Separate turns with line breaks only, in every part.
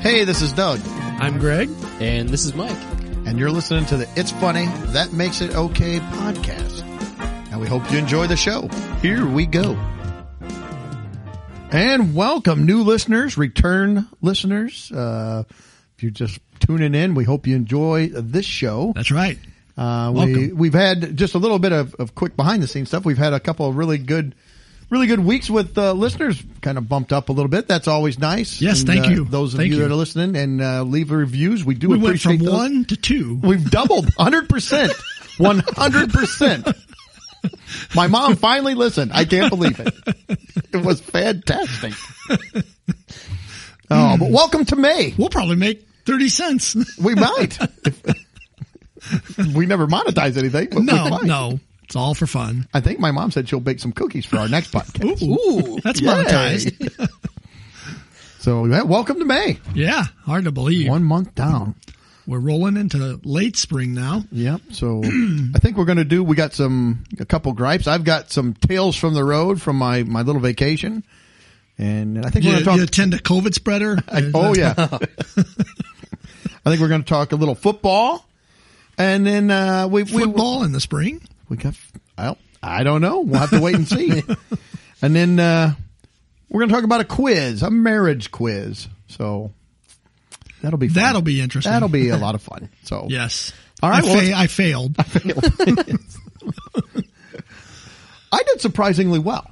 Hey, this is Doug,
I'm Greg.
And this is Mike.
and you're listening to the It's Funny, That Makes It Okay podcast. And we hope you enjoy the show. Here we go. And welcome, new listeners, return listeners. Uh, if you're just tuning in, we hope you enjoy this show.
That's right.
Uh, we,
Welcome.
we've had just a little bit of, of quick behind the scenes stuff. We've had a couple of really good, really good weeks with uh, listeners kind of bumped up a little bit. That's always nice.
Yes,
And,
thank
uh,
you.
Those of
Thank
you,
you.
that are listening and uh, leave reviews, we do
We went
appreciate
from
those.
one to two.
We've doubled 100%. 100%. My mom finally listened. I can't believe it. It was fantastic. Oh, but welcome to May.
We'll probably make 30 cents.
We might. we never monetize anything, but we
no,
might.
no. It's all for fun.
I think my mom said she'll bake some cookies for our next podcast.
Ooh. That's
Yay.
monetized.
So, yeah, welcome to May.
Yeah. Hard to believe.
One month down.
We're rolling into late spring now.
Yep. So I think we're going to do. We got some a couple gripes. I've got some tales from the road from my my little vacation, and I think
You,
we're
you
going to talk.
attend a COVID spreader.
oh yeah. I think we're going to talk a little football, and then uh, we we
Football in the spring.
we got. I don't, I don't know. We'll have to wait and see. and then uh, we're going to talk about a quiz, a marriage quiz. So that'll be fun.
That'll be interesting.
that'll be a lot of fun. So
Yes.
All right,
I,
well,
fa-
let's-
I failed.
I did surprisingly well.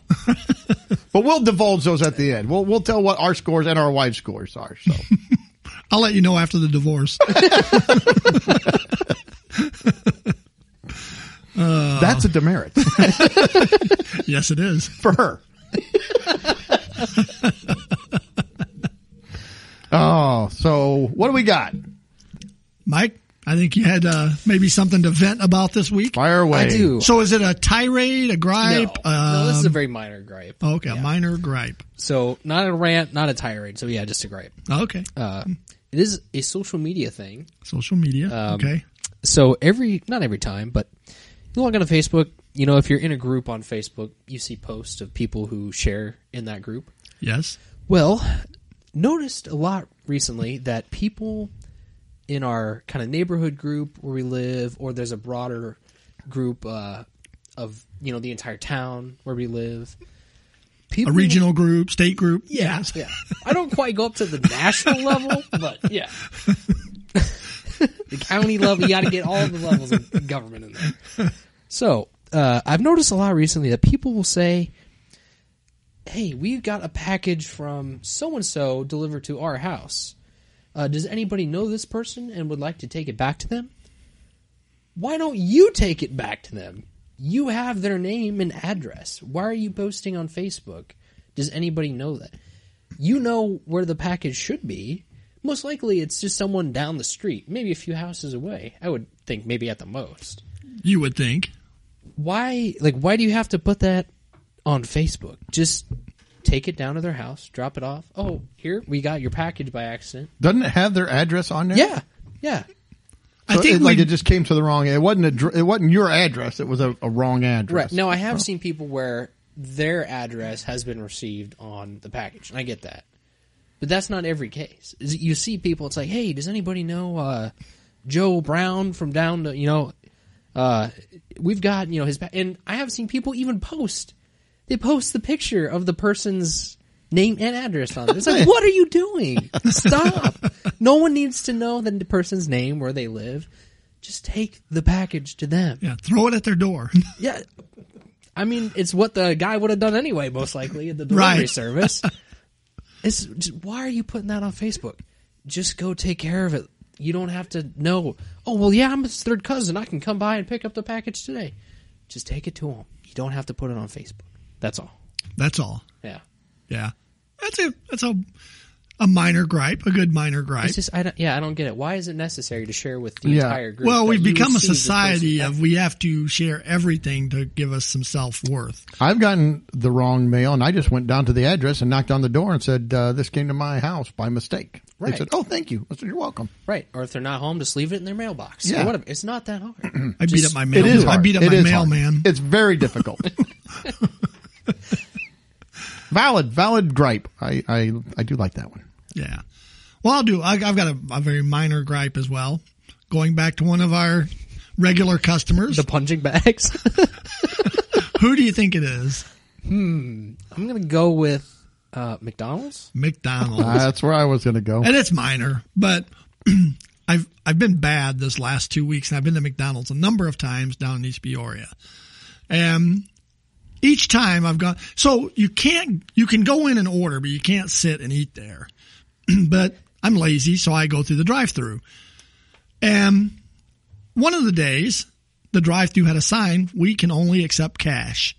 but we'll divulge those at the end. We'll we'll tell what our scores and our wives' scores are. So
Uh-huh. I'll let you know after the divorce.
that's a demerit
yes, it is.
for her. oh, so what do we got?
Mike, I think you had uh, maybe something to vent about this week.
Fire away.
I do.
So is it a tirade, a
No,
gripe?
no, this is a
um,
very minor gripe.
okay, a minor gripe.
So not a rant, not a tirade. So yeah, just a gripe.
Okay.
Uh, it is a social media thing.
Social media.
Um,
okay.
So every, not every time, but you log on to Facebook. You know, if you're in a group on Facebook, you see posts of people who share in that group.
Yes.
Well, noticed a lot recently that people in our kind of neighborhood group where we live, or there's a broader group uh, of you know the entire town where we live.
A
People,
regional group, state group. Yes.
yeah. I don't quite go up to the national level, but yeah, the county level. You got to get all the levels of government in there. So uh, I've noticed a lot recently that people will say, "Hey, we got a package from so and so delivered to our house. Uh, does anybody know this person and would like to take it back to them? Why don't you take it back to them? You have their name and address. Why are you posting on Facebook? Does anybody know that? You know where the package should be." Most likely, it's just someone down the street, maybe a few houses away. I would think maybe at the most
You would think.
why like why do you have to put that on Facebook? Just take it down to their house, drop it off. Oh, here we got your package by accident.
Doesn't it have their address on there?
Yeah. Yeah.
I
So
think
it, like
we-
it just came to the wrong. It wasn't a. dr- It wasn't your address. It was a, a wrong address.
Right. Now I have seen people where their address has been received on the package, and I get that. But that's not every case. Is- You see people, it's like, hey, does anybody know uh, Joe Brown from down to, you know, uh, we've got, you know, his, pa-" and I have seen people even post, they post the picture of the person's name and address on it. It's like, what are you doing? Stop. no one needs to know the person's name, where they live. Just take the package to them.
Yeah. Throw it at their door.
Yeah. I mean, it's what the guy would have done anyway, most likely, at the delivery
Right.
service. It's just, why are you putting that on Facebook? Just go take care of it. You don't have to know. Oh well, yeah, I'm his third cousin. I can come by and pick up the package today. Just take it to him. You don't have to put it on Facebook. That's all.
That's all.
Yeah.
Yeah. That's a that's a a minor gripe, a good minor gripe.
It's just I don't. Yeah, I don't get it. Why is it necessary to share with the
Yeah.
entire group?
Well,
that
we've
you
become a
received this
society
person?
of we have to share everything to give us some self worth.
I've gotten the wrong mail, and I just went down to the address and knocked on the door and said, uh, "This came to my house by mistake." They
Right.
said, "Oh, thank you." I said, "You're welcome."
right. Or if they're not home, just leave it in their mailbox.
Yeah.
Or whatever. It's not that hard.
I beat
Just-
up my mail.
It is.
I
hard.
beat up
It
my
is hard.
mailman.
It's very difficult. valid, valid gripe. I, I, I do like that one.
Yeah. Well, I'll do. I, I've got a, a very minor gripe as well. Going back to one of our regular customers,
The punching bags.
who do you think it is?
I'm gonna go with uh, McDonald's.
McDonald's.
Uh, that's where I was going to go.
and it's minor, but I've I've been bad this last two weeks, and I've been to McDonald's a number of times down in East Peoria, and each time I've gone. So you can't you can go in and order, but you can't sit and eat there. but I'm lazy, so I go through the drive-through. And one of the days, the drive-through had a sign: "We can only accept cash."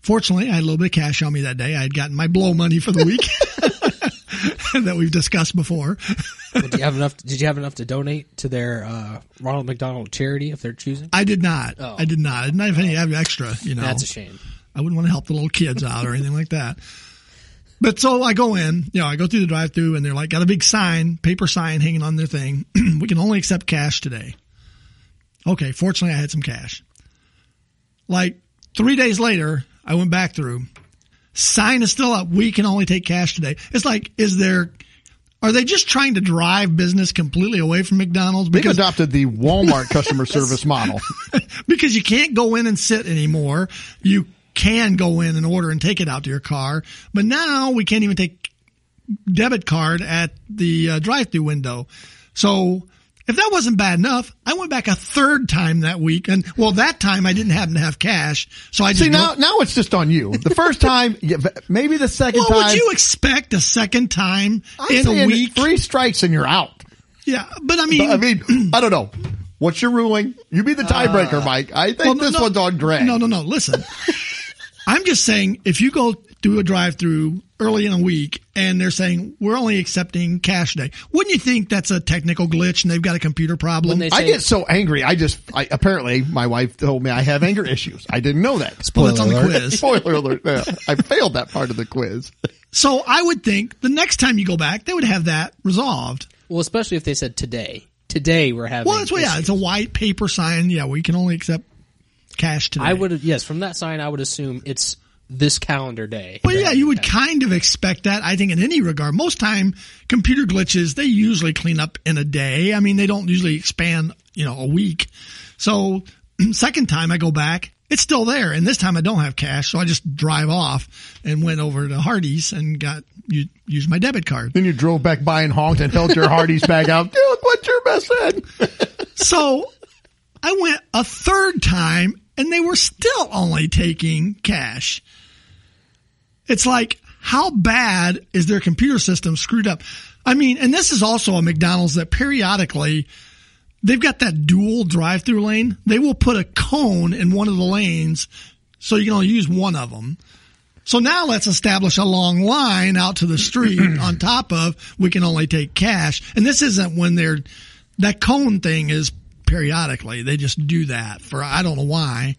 Fortunately, I had a little bit of cash on me that day. I had gotten my blow money for the week. that we've discussed before.
But do you have enough? Did you have enough to donate to their uh, Ronald McDonald charity if they're choosing?
I did not. I did not. I didn't have any I have extra, you know.
Oh. That's a shame.
I wouldn't want to help the little kids out or anything like that. But so I go in, you know, I go through the drive through and they're like, got a big sign, paper sign hanging on their thing. we can only accept cash today. Okay. Fortunately, I had some cash. Like three days later, I went back through. Sign is still up. We can only take cash today. It's like, is there, are they just trying to drive business completely away from McDonald's?
They've adopted the Walmart customer service model.
because you can't go in and sit anymore. You can go in and order and take it out to your car, but now we can't even take debit card at the uh, drive-through window. So if that wasn't bad enough, I went back a third time that week, and well, that time I didn't happen to have cash, so I
See
just
now, now it's just on you. The first time, yeah, but maybe the second
What
time.
would you expect a second time
I'm
in a
saying
week?
three strikes and you're out.
Yeah, but I
But,
mean,
I mean, I don't know. What's your ruling? You be the tiebreaker, Mike. I think
Uh, Well,
this one's on Greg.
No, no, no. Listen, I'm just saying if you go do a drive through early in a week and they're saying we're only accepting cash day, wouldn't you think that's a technical glitch and they've got a computer problem?
When they
I
say-
get so angry. I just I, apparently my wife told me I have anger issues. I didn't know that.
well, that's on the
Spoiler alert.
quiz.
Spoiler alert! Yeah, I failed that part of the quiz.
So I would think the next time you go back, they would have that resolved.
Well, especially if they said today. Today we're having.
Well, that's what, yeah,
issues.
it's a white paper sign. Yeah, we can only accept cash today.
I would yes from that sign. I would assume it's this calendar day.
But yeah, you would kind of expect that. I think in any regard, most time computer glitches they usually clean up in a day. I mean, they don't usually expand, you know, a week. So second time I go back, it's still there, and this time I don't have cash, so I just drive off and went over to Hardee's and got you used my debit card.
Then you drove back by and honked and held your Hardee's bag out. Dude, what's your best friend?
so I went a third time, and they were still only taking cash. It's like, how bad is their computer system screwed up? I mean, and this is also a McDonald's that periodically they've got that dual drive through lane. They will put a cone in one of the lanes so you can only use one of them. So now let's establish a long line out to the street on top of we can only take cash. And this isn't when they're that cone thing is periodically. They just do that for I don't know why.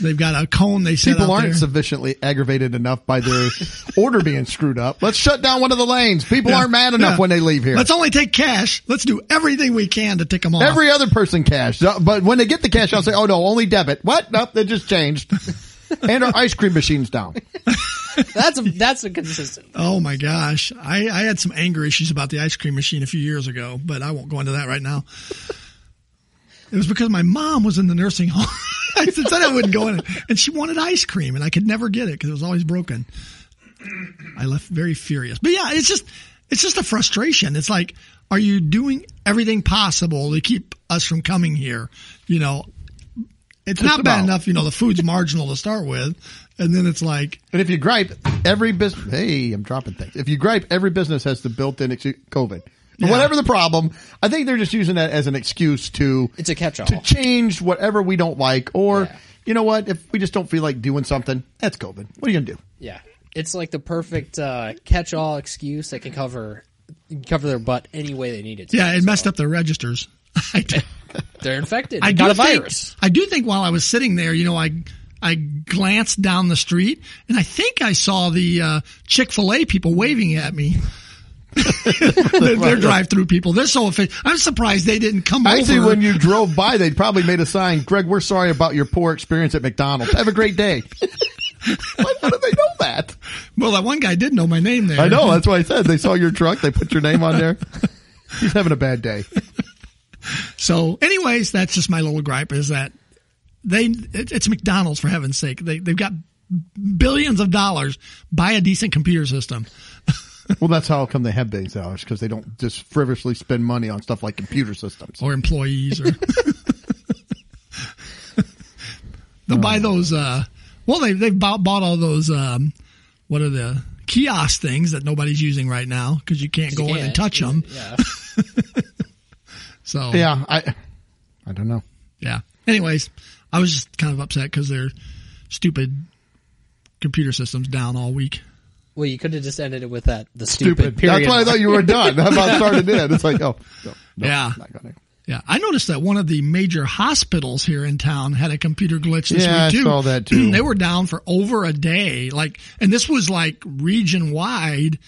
They've got a cone they set
People
out
aren't
there.
sufficiently aggravated enough by their order being screwed up. Let's shut down one of the lanes. People aren't mad enough
Yeah.
when they leave here.
Let's only take cash. Let's do everything we can to tick them off.
Every other person cash, So- but when they get the cash, I'll say, "Oh no, only debit." What? Nope, they just changed. and our ice cream machine's down.
That's a, that's a consistent.
oh my gosh. I, I had some anger issues about the ice cream machine a few years ago, but I won't go into that right now. It was because my mom was in the nursing home. I said I wouldn't go in it. And she wanted ice cream and I could never get it because it was always broken. I left very furious. But yeah, it's just it's just a frustration. It's like, are you doing everything possible to keep us from coming here? You know, it's not
about.
bad enough. You know, the food's marginal to start with, and then it's like,
And if you gripe, every business, hey, I'm dropping things. If you gripe, every business has the built-in excuse, COVID. But
Yeah.
Whatever the problem, I think they're just using that as an excuse to
It's a catch-all.
to change whatever we don't like, or
Yeah.
you know what, if we just don't feel like doing something, that's COVID. What are you gonna do?
Yeah, it's like the perfect uh, catch-all excuse that can cover cover their butt any way they need it. To.
yeah, it
So,
messed up their registers. I do-
They're infected.
I
I
do
got a
think-
virus.
I do think while I was sitting there, you know, I I glanced down the street and I think I saw the uh, Chick Fil A people waving at me. they're drive-through people. They're so efficient. I'm surprised they didn't come
Actually,
over.
when you drove by, they probably made a sign, "Greg, we're sorry about your poor experience at McDonald's. Have a great day." Why, how do they know that?
Well, that one guy did know my name there.
I know. That's why I said they saw your truck. They put your name on there. He's having a bad day.
So, anyways, that's just my little gripe is that they it, it's McDonald's for heaven's sake. They they've got billions of dollars. Buy a decent computer system.
Well, that's how come they have big salaries because they don't just frivolously spend money on stuff like computer systems.
or employees or they'll buy those uh well they they've bought, bought all those um what are the kiosk things that nobody's using right now because you can't go in and touch them
Yeah.
so
Yeah, I, I don't know.
yeah anyways i was just kind of upset because their stupid computer systems down all week
Well, you could have just ended it with that the stupid,
Stupid.
period.
That's why I thought you were done. I about started in. It's like, oh, no, no,
Yeah.
not gonna.
yeah i noticed that one of the major hospitals here in town had a computer glitch this
Yeah, I
week too
saw that, too.
they were down for over a day like and this was like region wide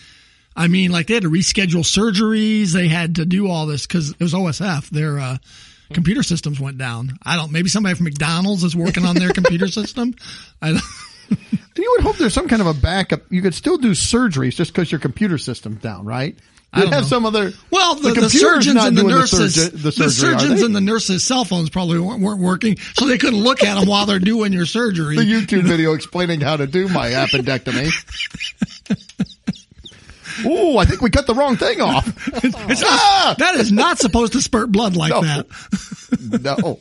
I mean, like they had to reschedule surgeries. They had to do all this because it was OSF. Their uh, computer systems went down. I don't. Maybe somebody from McDonald's is working on their computer system. I, don't-
And you would hope there's some kind of a backup. You could still do surgeries just because your computer system's down, right?
I
You
don't
have
know.
some other.
well, the, the,
computer's
surgeons
not
and the
doing
nurses,
surge-
the,
the surgery, are
surgeons
they?
and the nurses' cell phones probably weren't, weren't working, so they couldn't look at them while they're doing your surgery.
the YouTube video explaining how to do my appendectomy. Ooh, I think we cut the wrong thing off.
It's not-
Ah!
that is not supposed to spurt blood like
No.
that.
No.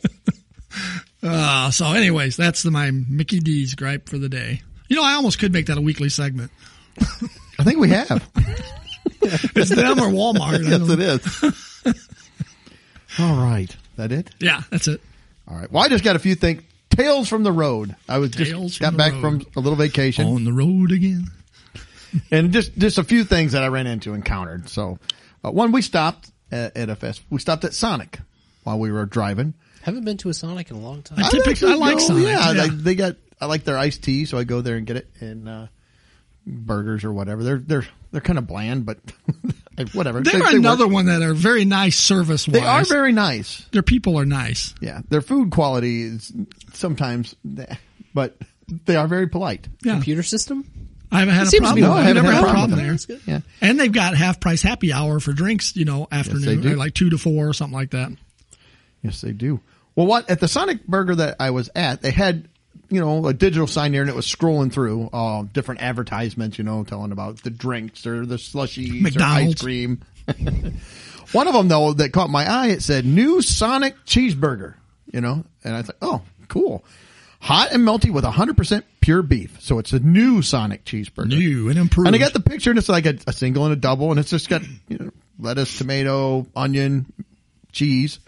Oh,
Uh, so, anyways, that's the, my Mickey D's gripe for the day. You know, I almost could make that a weekly segment.
I think we have.
It's them or Walmart. I
yes,
don't-
it is. All right. That it?
Yeah, that's it.
All right. Well, I just got a few things. Tales from the road. I was
Tales
just
from
got
the
back
road.
from a little vacation
On the road again.
and just just a few things that I ran into encountered. So, uh, one we stopped at, at a fest. We stopped at Sonic while we were driving.
Haven't been to a Sonic in a long time.
I typically like
go-
Sonic.
Yeah,
Yeah.
Like, they got I like their iced tea, so I go there and get it and uh, burgers or whatever. They're they're they're kind of bland, but whatever.
They're
They- they work.
another one that are very nice service wise.
They are very nice.
Their people are nice.
Yeah, their food quality is sometimes, but they are very polite.
Yeah.
Computer system?
I haven't had a
seems to be
problem.
No, I
I've
haven't
never
had
had
a problem
there.
there. That's good.
Yeah,
And they've got half price happy hour for drinks, you know, afternoon,
do.
or like two to four or something like that.
yes, they do. Well, what at the Sonic Burger that I was at, they had you know a digital sign there, and it was scrolling through uh, different advertisements, you know, telling about the drinks or the slushies or ice
McDonald's.
cream. One of them though that caught my eye, it said "New Sonic Cheeseburger," you know, and I thought, oh, cool. Hot and melty with 100% pure beef. So it's a new Sonic cheeseburger.
New and improved.
And I got the picture, and it's like a, a single and a double, and it's just got you know, lettuce, tomato, onion, cheese.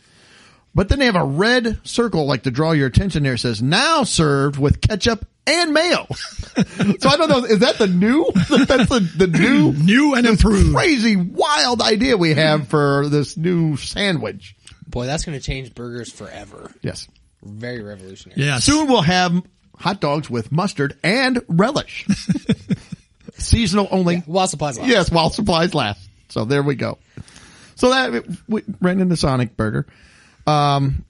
But then they have a red circle, like to draw your attention. There it says now served with ketchup and mayo. so I don't know, is that the new? That's the, the new
new and improved.
crazy wild idea we have for this new sandwich.
Boy, that's going to change burgers forever.
Yes.
Very revolutionary.
Yes.
Soon we'll have hot dogs with mustard and relish. Seasonal only.
While supplies last.
Yes, while supplies last. So there we go. So that we ran into Sonic Burger. Um,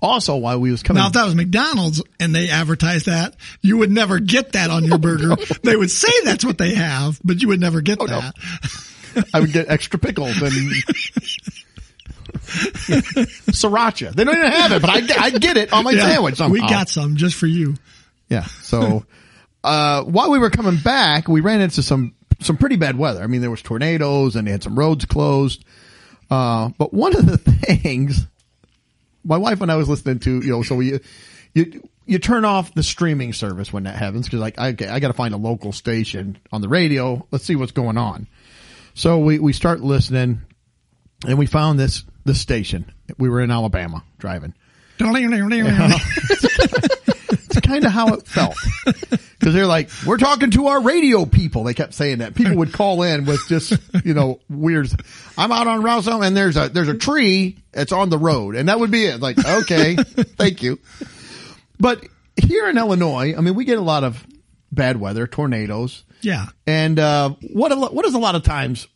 also, while we was coming,
Now, if that was McDonald's and they advertised that, you would never get that on your
Oh,
burger. They would say that's what they have, but you would never get
Oh, no.
that.
I would get extra pickles and sriracha. They don't even have it, but I I get it on my
Yeah.
sandwich. Somehow.
we got some just for you.
Yeah. So uh, while we were coming back, we ran into some some pretty bad weather. I mean, there was tornadoes and they had some roads closed. Uh, but one of the things my wife and I was listening to, you know, so we you you turn off the streaming service when that happens because like okay, I got to find a local station on the radio. Let's see what's going on. So we we start listening, and we found this this station. We were in Alabama driving, it's kind of how it felt. Because they're like, we're talking to our radio people. They kept saying that. People would call in with just, you know, weird. I'm out on route zone and there's a, there's a tree that's on the road. And that would be it. Like, okay, thank you. But here in Illinois, I mean, we get a lot of bad weather, tornadoes.
Yeah.
And, uh, what, a lo- what is a lot of times,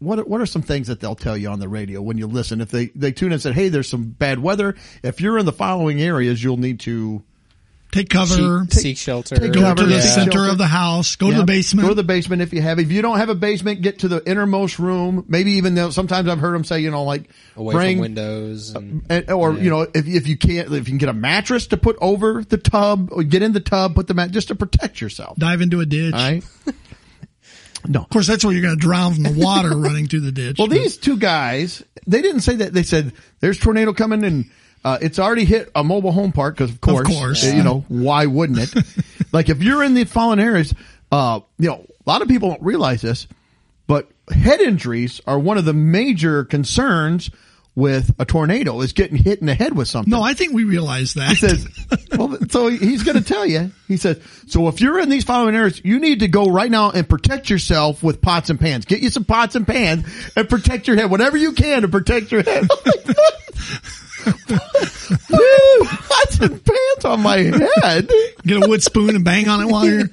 what, are- what are some things that they'll tell you on the radio when you listen? If they, they tune in and said, Hey, there's some bad weather. If you're in the following areas, you'll need to
Take cover.
Seek, seek shelter.
take
go
cover,
to the
yeah.
center
Shelter.
of the house. Go to
Yeah.
the basement.
Go to the basement if you have. If you don't have a basement, get to the innermost room. Maybe even though sometimes I've heard them say, you know, like
away
bring
from windows. And,
and, or you know if if you can't if you can get a mattress to put over the tub or get in the tub, put the mat just to protect yourself.
dive into a ditch.
All right. no.
Of course, that's where you're going to drown from the water running through the ditch.
Well, these two guys, they didn't say that. They said there's tornado coming and uh, it's already hit a mobile home park because of course,
course.
you know why wouldn't it? like if you're in the fallen areas, uh, you know a lot of people don't realize this, but head injuries are one of the major concerns with a tornado is getting hit in the head with something.
no, I think we realize that.
says, well, so he's going to tell you. He says, so if you're in these following areas, you need to go right now and protect yourself with pots and pans. Get you some pots and pans and protect your head, whatever you can to protect your head. Woo! pots and pans on my head.
Get a wood spoon and bang on it while you're.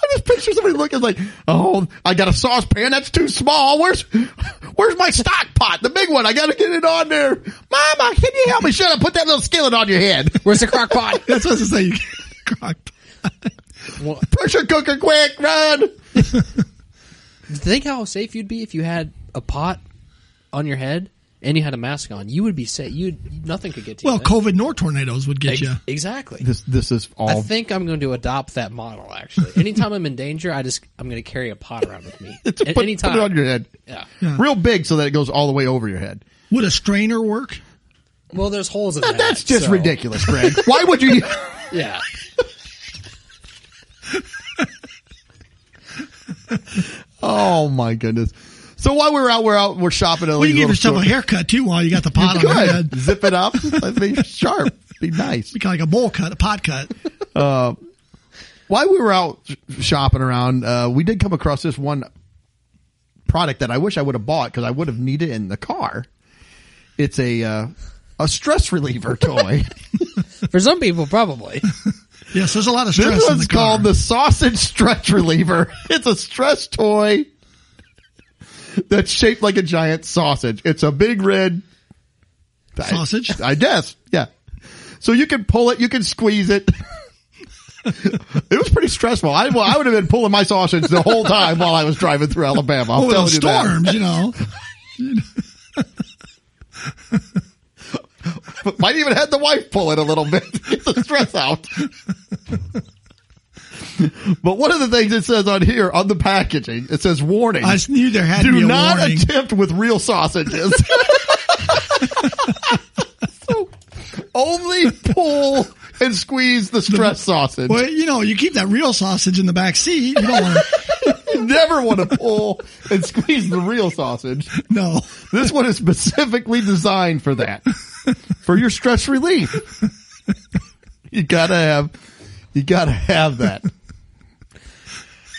I just picture somebody looking like, oh, I got a saucepan that's too small. Where's, where's my stock pot, the big one? I got to get it on there. Mama, can you help me? Shut up! Put that little skillet on your head.
where's the crock pot?
That's what I was saying. Crock pot.
Well,
Pressure cooker, quick, run!
think how safe you'd be if you had a pot on your head and you had a mask on. You would be safe. You nothing could get to
Well,
you.
COVID nor tornadoes would get
Ex-
you.
exactly.
This this is
I
all.
think I'm going to adopt that model. Actually, anytime I'm in danger, I just I'm going to carry a pot around with me. At
put,
any
put
time.
it on your head,
yeah.
real big, so that it goes all the way over your head.
Would a strainer work?
Well, there's holes in that.
That's just
so-
ridiculous, Greg. Why would you?
Yeah.
Oh my goodness! So while we're out, we're out, we're shopping at
Well, you
these
give
little
yourself a
stores.
haircut too while you got the pot on your head.
Good. Zip it up. Let's be sharp. Be nice.
Be kind of like a bowl cut, a pot cut.
While we were out sh- shopping around, uh, we did come across this one product that I wish I would have bought because I would have needed it in the car. It's a uh, a stress reliever toy.
For some people, probably.
Yes, there's a lot of stress
This
in
one's
the car.
called the sausage stress reliever. It's a stress toy that's shaped like a giant sausage. It's a big red I-
Sausage?
I, guess. Yeah. So you can pull it, you can squeeze it. it was pretty stressful. I well, I would have been pulling my sausage the whole time while I was driving through Alabama. I'm
Oh,
telling
those
you that.
storms, you know.
Might even had the wife pull it a little bit to get the stress out. but one of the things it says on here on the packaging, it says warning.
I just knew there had to
do
be a
not
warning.
attempt with real sausages. So, only pull and squeeze the stress sausage.
well, you know, you keep that real sausage in the back seat. You don't want to.
You never want to pull and squeeze the real sausage.
no.
This one is specifically designed for that, for your stress relief. You gotta have, you gotta have that.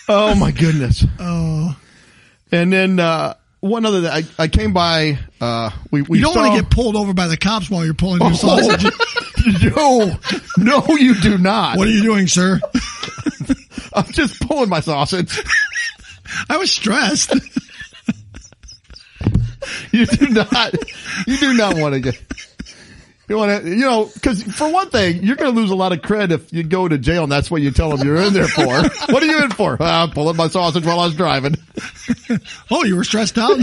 Oh my goodness! Oh, and then uh, one other. that I, I came by. Uh, we we
You don't
saw,
want to get pulled over by the cops while you're pulling your sausage.
Oh, no, no, you do not.
What are you doing, sir?
I'm just pulling my sausage.
I was stressed.
You do not. You do not want to get. You want to, you know, because for one thing, you're going to lose a lot of credit if you go to jail, and that's what you tell them you're in there for. What are you in for? Uh, pulling my sausage while I was driving.
Oh, you were stressed out?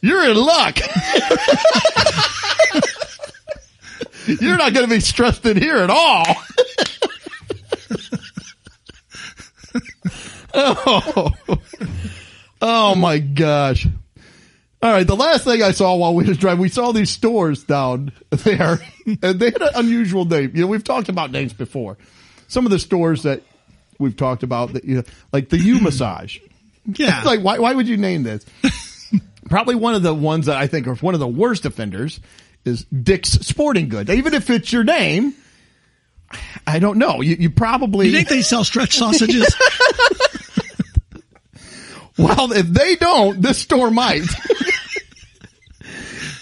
You're in luck. you're not going to be stressed in here at all. oh. oh my gosh. All right, the last thing I saw while we was driving, we saw these stores down there, and they had an unusual name. You know, we've talked about names before. Some of the stores that we've talked about, that you know, like the U Massage.
Yeah.
like, why, why would you name this? Probably one of the ones that I think are one of the worst offenders is Dick's Sporting Goods. Even if it's your name, I don't know. You, you probably
You think they sell stretch sausages?
Well, if they don't, this store might.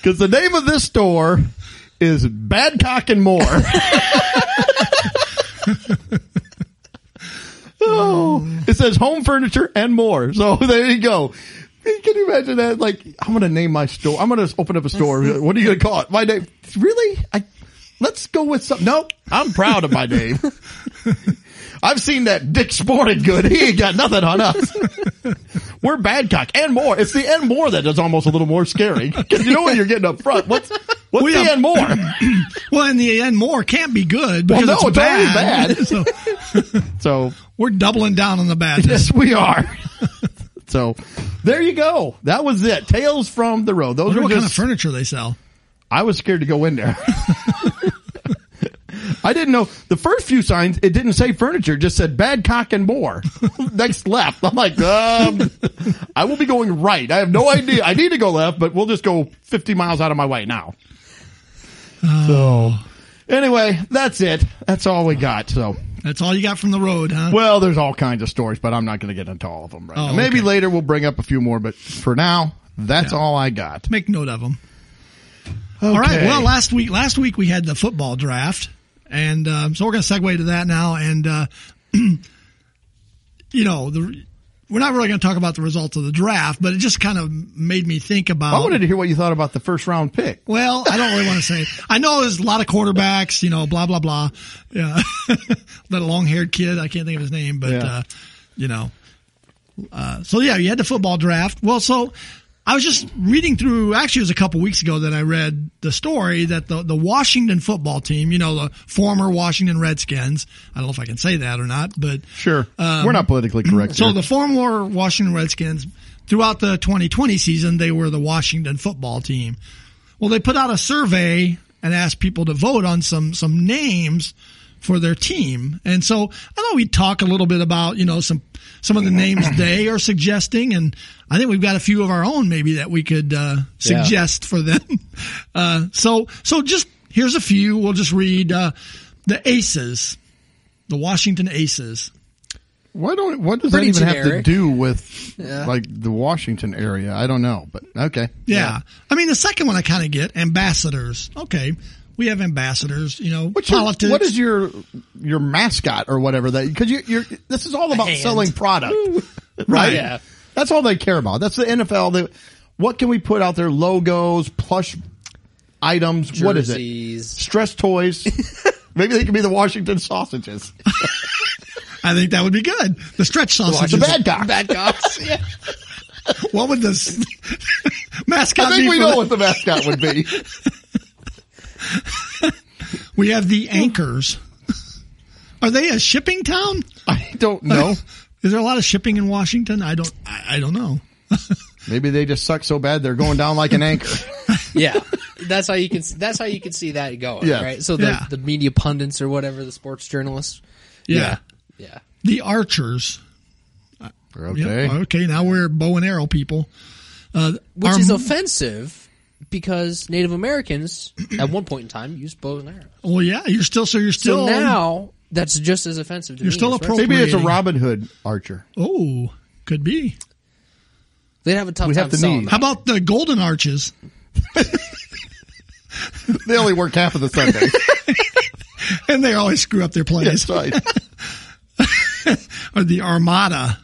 Because the name of this store is Badcock and More. oh, it says home furniture and more. So there you go. Can you imagine that? Like, I'm going to name my store. I'm going to open up a store. What are you going to call it? My name. Really? I Let's go with something. Nope. I'm proud of my name. I've seen that Dick Sporting Good. He ain't got nothing on us. We're Badcock and more. It's the and more that is almost a little more scary because you know what you're getting up front. What's what's
We
the
have-
and more?
Well, in the end, more can't be good
Well,
because
no,
it's
it's already
bad.
bad.
so
So
we're doubling down on the badness.
yes, we are. So there you go. That was it. Tales from the road. Those were
Wonder what
just
kind of furniture they sell.
I was scared to go in there. I didn't know the first few signs. It didn't say furniture; it just said Badcock and more. Next left. I'm like, um, I will be going right. I have no idea. I need to go left, but we'll just go 50 miles out of my way now.
Oh,
So, anyway, that's it. That's all we got. So,
That's all you got from the road, huh?
well, there's all kinds of stories, but I'm not going to get into all of them right
Oh,
now. Maybe
okay.
later we'll bring up a few more, but for now, that's all I got.
Make note of them. All right.
Okay.
Well, last week, last week we had the football draft, and um, so we're going to segue to that now. And uh, you know, the, we're not really going to talk about the results of the draft, but it just kind of made me think about.
I wanted to hear what you thought about the first round pick.
Well, I don't really want to say. I know there's a lot of quarterbacks, you know, blah blah blah. Yeah, that long-haired kid. I can't think of his name, but
Yeah.
uh, you know. Uh, so yeah, you had the football draft. Well, so I was just reading through. Actually, it was a couple weeks ago that I read the story that the the Washington football team, you know, the former Washington Redskins. I don't know if I can say that or not, but
Sure. We're not politically correct.
Um, so
here.
the former Washington Redskins, throughout the 2020 season, they were the Washington football team. Well, they put out a survey and asked people to vote on some some names for their team. And so I thought we'd talk a little bit about you know some some of the names they are suggesting, and I think we've got a few of our own maybe that we could uh, suggest for them. Uh, so so just here's a few. We'll just read uh, the Aces, the Washington Aces.
Why don't? What does
Pretty
that even have to
generic.
do with like the Washington area? I don't know, but okay.
Yeah. I mean, the second one I kind of get ambassadors. Okay. We have ambassadors, you know,
What's your-
politics.
what is your your mascot or whatever that? Because you, you're this is all about
hand.
selling product,
Right.
right?
Yeah.
That's all they care about. That's the NFL. They, what can we put out there? Logos, plush items. What is it?
Jerseys.
Stress toys. Maybe they can be the Washington sausages.
I think that would be good. The stretch
The
sausages.
bad guy.
Bad cops. Yeah.
What would this mascot
I think
be?
we
for
know
the-
what the mascot would be.
we have the anchors. Are they a shipping town?
I don't know.
Is there a lot of shipping in Washington? I don't. I, I don't know.
Maybe they just suck so bad they're going down like an anchor.
Yeah. That's how you can. That's how you can see that going.
Yeah.
Right. So the
Yeah.
the media pundits or whatever the sports journalists.
Yeah.
Yeah.
The archers. Yep.
Okay.
Okay. Now we're bow and arrow people. Uh,
Which
our-
is offensive because Native Americans at one point in time used bows and arrows.
Well, oh, yeah. You're still. So you're
So
still
now that's just as offensive to
You're
me.
still
as
a
well.
pro-
Maybe it's a
Creating-
Robin Hood archer.
Oh, could be.
They'd have a tough
We
time
have to
selling
need-
How
that.
about the golden arches?
They only worked half of the Sunday.
And they always screw up their plays.
That's right.
Or the Armada.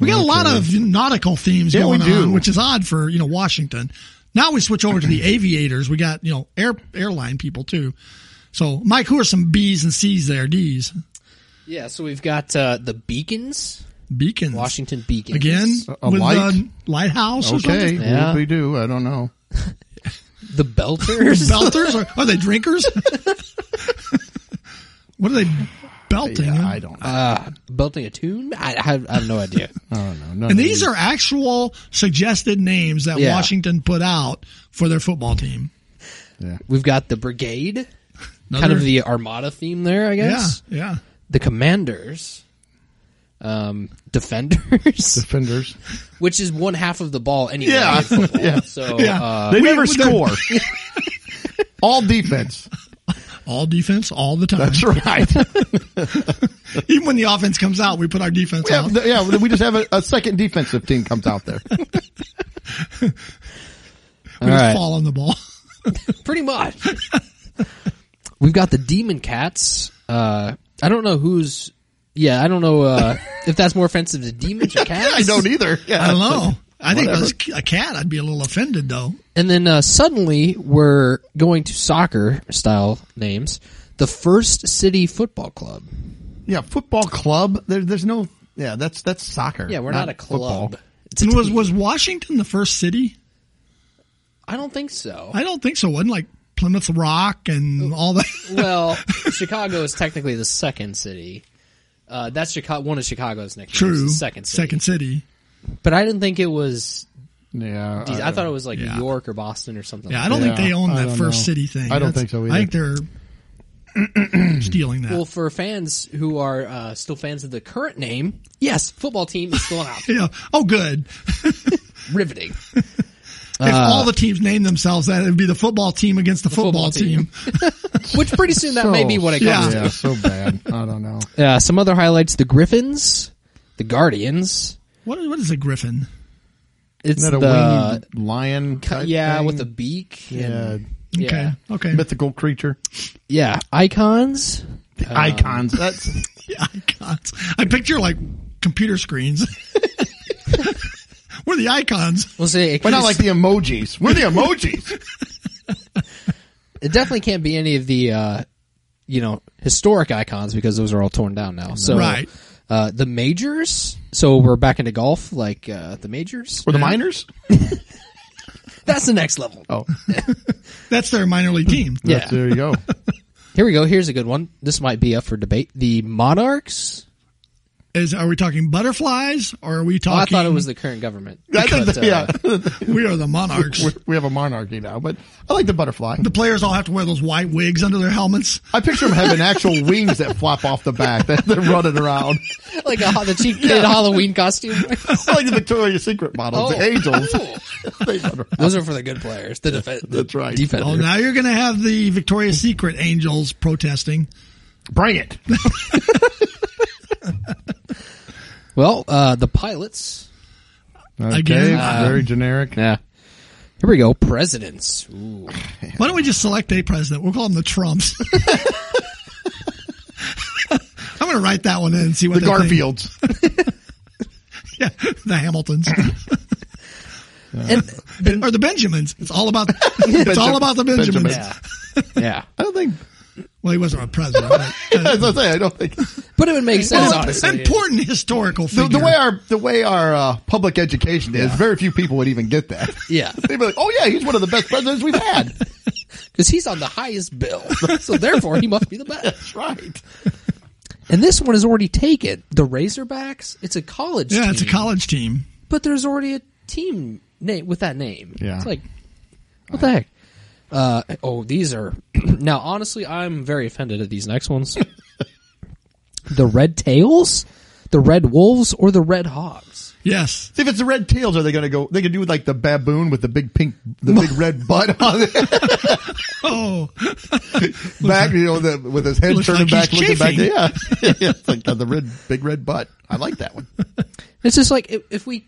We got a lot of nautical themes
Yeah,
going
we do.
on, which is odd for you know Washington. Now we switch over to the aviators. We got you know air airline people too. So Mike, who are some B's and C's there? D's
Yeah. So we've got uh, the beacons,
beacons.
Washington beacons
again
A
with
light?
the lighthouse. Or
Okay.
something?
Yeah.
What we do? I don't know.
The belters.
Belters are, are they drinkers? what are they belting?
Yeah,
huh?
I don't know.
uh, belting a tune? I, I, have, I have no idea.
I don't know. None of
And these are actual suggested names that
Yeah.
Washington put out for their football team.
Yeah.
We've got the brigade, kind
Another-
of the Armada theme there, I guess.
Yeah, yeah.
The commanders, um, defenders,
defenders.
which is one half of the ball anyway.
Yeah.
in football.
Yeah.
So
Yeah.
uh,
They
we-
never
we-
score. All defense.
All defense, all the time.
That's right.
Even when the offense comes out, we put our defense
yeah,
out.
th- yeah, we just have a, a second defensive team comes out there.
we
all
just
right.
fall on the ball.
pretty much. We've got the demon cats. Uh, I don't know who's. Yeah, I don't know uh, if that's more offensive to demons or cats.
I don't either. Yeah.
I don't know. I think if I was a cat, I'd be a little offended though.
And then uh, suddenly we're going to soccer style names. The first city football club.
Yeah, football club. There, there's no. Yeah, that's that's soccer.
Yeah, we're not, a club.
football.
It's a
And was
team.
was Washington the first city?
I don't think so.
I don't think so. Wasn't like Plymouth Rock
Oh.
and all that.
well, Chicago is technically the second city. Uh, that's Chicago. One of Chicago's nicknames.
True.
the second city.
Second city.
But I didn't think it was.
Uh, Yeah,
I thought it was like
yeah.
New York or Boston or something.
Yeah,
like
I don't
Yeah,
think they own
I
that
don't
first
know.
city thing.
I don't think so
I think they're stealing that.
Well, for fans who are uh, still fans of the current name, yes, football team is still an option.
yeah. Oh, good.
Riveting.
Uh,
if all the teams named themselves that, it would be the football team against the,
football
football, team.
team. Which pretty soon that may be what it comes
Yeah, so bad. I don't know.
to. Uh, some other highlights: the Griffins, the Guardians.
What, what is a griffin?
It's
Isn't that a
the
winged lion?
cu-
Type
yeah
thing?
with the beak. and-
yeah,
yeah,
Okay. Okay.
mythical creature.
yeah. Icons.
The
Um,
icons. That's
Yeah, icons. I picture like computer screens. We're the icons.
We'll say it,
we're not
could've-
like the emojis. We're the emojis.
it definitely can't be any of the uh, you know historic icons because those are all torn down now. So
Right.
uh, the majors. So we're back into golf, like uh, the majors.
We're the miners.
That's the next level.
Oh,
That's their minor league team.
Yeah.
that's- there you go.
Here we go. Here's a good one. This might be up for debate. The Monarchs.
Is are we talking butterflies or are we
Oh,
talking?
I thought it was the current government.
I think
But,
that-
uh,
yeah,
we are the monarchs.
We're- we have a monarchy now. But I like the butterfly.
the players all have to wear those white wigs under their helmets.
I picture them having actual wings that flop off the back. That they're running around.
like a, the cheap kid Halloween costume.
I like the Victoria's Secret models,
Oh.
the angels. They run around.
Those are for the good players. The defense.
That's right.
Defender.
Oh, now you're going to have the Victoria's Secret angels protesting.
Bring it.
Well, uh, the pilots.
Okay,
Again,
very generic.
Yeah. Here we go. Presidents. Ooh.
Why don't we just select a president? We'll call them the Trumps. I'm going to write that one in and see
The
what they think.
Garfields.
yeah, the Hamiltons
And
or the Benjamins. It's all about it's all about the Benjamins.
Benjamins.
yeah. Yeah.
I don't think.
Well, he wasn't a president. But,
As I say, I don't think
But it would make sense,
well,
honestly.
important historical
the,
figure.
the way our the way our uh, public education is. Very few people would even get that.
Yeah.
They'd be like, "Oh yeah, he's one of the best presidents we've had."
Because he's on the highest bill. So therefore, he must be the best.
That's right.
And this one is already taken. The Razorbacks. It's a college
yeah,
team.
it's a college team.
But there's already a team name with that name.
Yeah.
It's like, what the heck? Uh, oh, these are. now, honestly, I'm very offended at these next ones. the Red Tails, the Red Wolves, or the Red Hogs?
Yes.
See, if it's the red tails, are they going to go? They could do like the baboon with the big pink, the big red butt on it,
Oh,
back, you know, the, with his head
Looks
turning
like
back,
he's
looking back.
chafing.
Yeah, yeah, it's like uh, the red, big red butt. I like that one.
It's just like if, if we